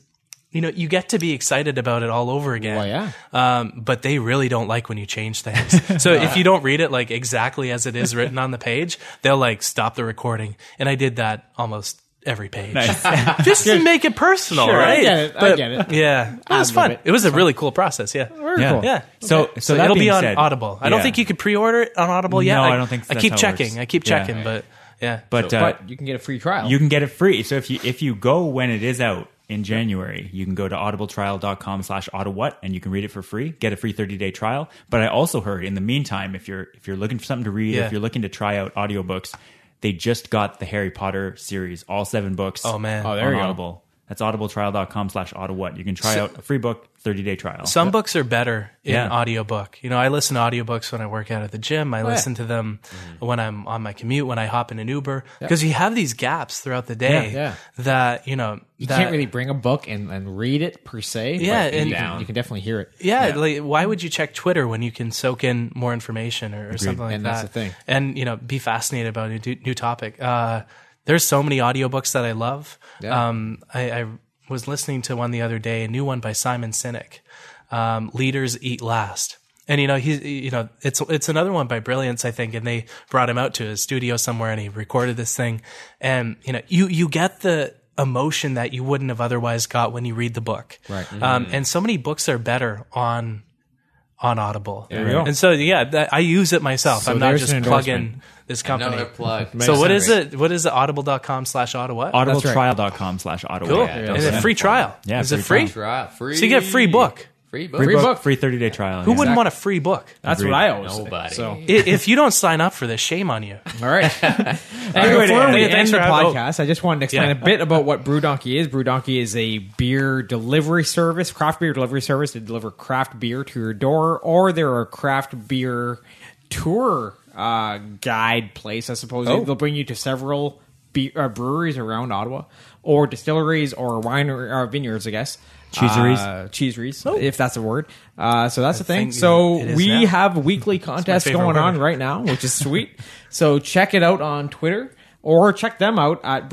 Speaker 2: you know you get to be excited about it all over again.
Speaker 1: Well, yeah.
Speaker 2: Um, but they really don't like when you change things. So if you don't read it like exactly as it is written on the page, they'll like stop the recording. And I did that almost every page, just to make it personal,
Speaker 1: Sure, I
Speaker 2: right?
Speaker 1: get it. I
Speaker 2: But-
Speaker 1: get it.
Speaker 2: Yeah, it was fun.
Speaker 1: it.
Speaker 2: It. was a really cool process. Yeah.
Speaker 1: Very cool.
Speaker 2: Yeah.
Speaker 4: So- so that
Speaker 2: it'll be
Speaker 4: being
Speaker 2: on
Speaker 4: said-
Speaker 2: Audible. I don't
Speaker 4: Yeah.
Speaker 2: think you could pre-order it on Audible yet.
Speaker 4: No, I don't think
Speaker 2: I
Speaker 4: that's
Speaker 2: keep
Speaker 4: how it
Speaker 2: checking.
Speaker 4: works.
Speaker 2: I keep
Speaker 4: Yeah.
Speaker 2: checking, but yeah.
Speaker 4: But, uh,
Speaker 1: But you can get a free trial.
Speaker 4: you can get it free. So if you if you go when it is out in January, you can go to audibletrial.com slash autowhat and you can read it for free, get a free 30-day trial. But I also heard in the meantime, if you're if you're looking for something to read,
Speaker 2: Yeah.
Speaker 4: if you're looking to try out audiobooks, they just got the Harry Potter series, all seven books.
Speaker 2: Oh, man. Oh,
Speaker 1: there
Speaker 4: on
Speaker 1: you go.
Speaker 4: Audible. That's audibletrial.com slash autowhat. You can try out a free book, 30-day trial.
Speaker 2: Some books are better in
Speaker 4: Yeah.
Speaker 2: audiobook. You know, I listen to audiobooks when I work out at the gym. I listen to them when I'm on my commute, when I hop in an Uber, because you have these gaps throughout the day
Speaker 1: Yeah, yeah.
Speaker 2: that, you know,
Speaker 1: You
Speaker 2: that,
Speaker 1: can't really bring a book and, and read it per se.
Speaker 2: Yeah,
Speaker 1: but
Speaker 2: and-
Speaker 1: you, can, you can definitely hear it.
Speaker 2: yeah, like why would you check Twitter when you can soak in more information or, or something like
Speaker 1: And
Speaker 2: that?
Speaker 1: that's the thing.
Speaker 2: And you know, be fascinated about a new- new topic. Uh, there's so many audiobooks that I love.
Speaker 1: Yeah.
Speaker 2: Um, I, I was listening to one the other day, a new one by Simon Sinek. Um, Leaders eat last. And you know he's you know it's it's another one by Brilliance I think, and they brought him out to his studio somewhere and he recorded this thing, and you know you you get the emotion that you wouldn't have otherwise got when you read the book, right? Um, and so many books are better on on Audible. There
Speaker 1: we go.
Speaker 2: And so yeah, that, I use it myself.
Speaker 1: So
Speaker 2: I'm not
Speaker 1: there's
Speaker 2: just
Speaker 1: an
Speaker 2: plugging
Speaker 1: endorsement.
Speaker 2: this company.
Speaker 3: Another plug.
Speaker 2: So what is it? What is it? Audible.com slash Ottawa.
Speaker 4: audibletrial.com slash autowhat.
Speaker 2: Cool.
Speaker 3: Yeah,
Speaker 2: is it free trial?
Speaker 4: Yeah,
Speaker 2: Is it
Speaker 4: free
Speaker 2: free?
Speaker 4: trial.
Speaker 3: Try it. Free.
Speaker 2: So you get a free book.
Speaker 3: Free book.
Speaker 4: Free,
Speaker 1: Free
Speaker 4: book,
Speaker 1: book.
Speaker 4: free 30-day trial.
Speaker 2: Who wouldn't want a free book?
Speaker 1: That's what I always
Speaker 3: Nobody.
Speaker 1: think. So
Speaker 2: I- if you don't sign up for this, shame on you.
Speaker 1: all right.
Speaker 4: Anyway,
Speaker 1: before we
Speaker 2: Andy, thanks
Speaker 1: end the
Speaker 2: for having-
Speaker 1: podcast, I just wanted to explain
Speaker 2: Yeah.
Speaker 1: a bit about what Brew Donkey is. Brew Donkey is a beer delivery service, craft beer delivery service. They deliver craft beer to your door, or there are craft beer tour uh, guide place. I suppose they'll bring you to several be- uh, breweries around Ottawa, or distilleries, or winery or vineyards, I guess.
Speaker 4: Cheeseries.
Speaker 1: uh, cheeseries, if that's a word. Uh, so that's the thing.
Speaker 2: think
Speaker 1: So
Speaker 2: it is
Speaker 1: we
Speaker 2: now.
Speaker 1: have weekly contests
Speaker 2: favorite
Speaker 1: going
Speaker 2: word.
Speaker 1: on right now, which is sweet. so check it out on Twitter or check them out at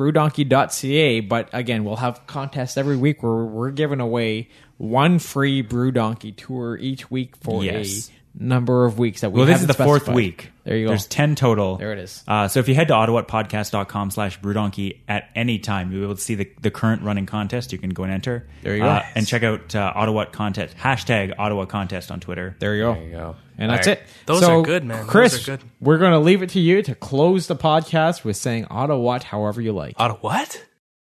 Speaker 1: brewdonkey.ca. But again, we'll have contests every week where we're giving away one free Brew Donkey tour each week for
Speaker 4: Yes.
Speaker 1: a number of weeks that we
Speaker 4: Well, this is
Speaker 1: haven't
Speaker 4: the fourth
Speaker 1: specified.
Speaker 4: week.
Speaker 1: There you go.
Speaker 4: There's 10 total.
Speaker 1: There it is.
Speaker 4: Uh, so if you head to ottawapodcast.com slash brewdonkey at any time, you'll be able to see the, the current running contest. You can go and enter.
Speaker 1: There you go.
Speaker 4: Uh, and check out uh, Ottawa contest, hashtag Ottawa contest on Twitter.
Speaker 1: There you go.
Speaker 3: go.
Speaker 1: And that's
Speaker 3: All right.
Speaker 1: it.
Speaker 2: Those
Speaker 1: So,
Speaker 2: are good, man. Those
Speaker 1: Chris,
Speaker 2: are good.
Speaker 1: we're going to leave it to you to close the podcast with saying auto watch however you like.
Speaker 2: Ottawa what?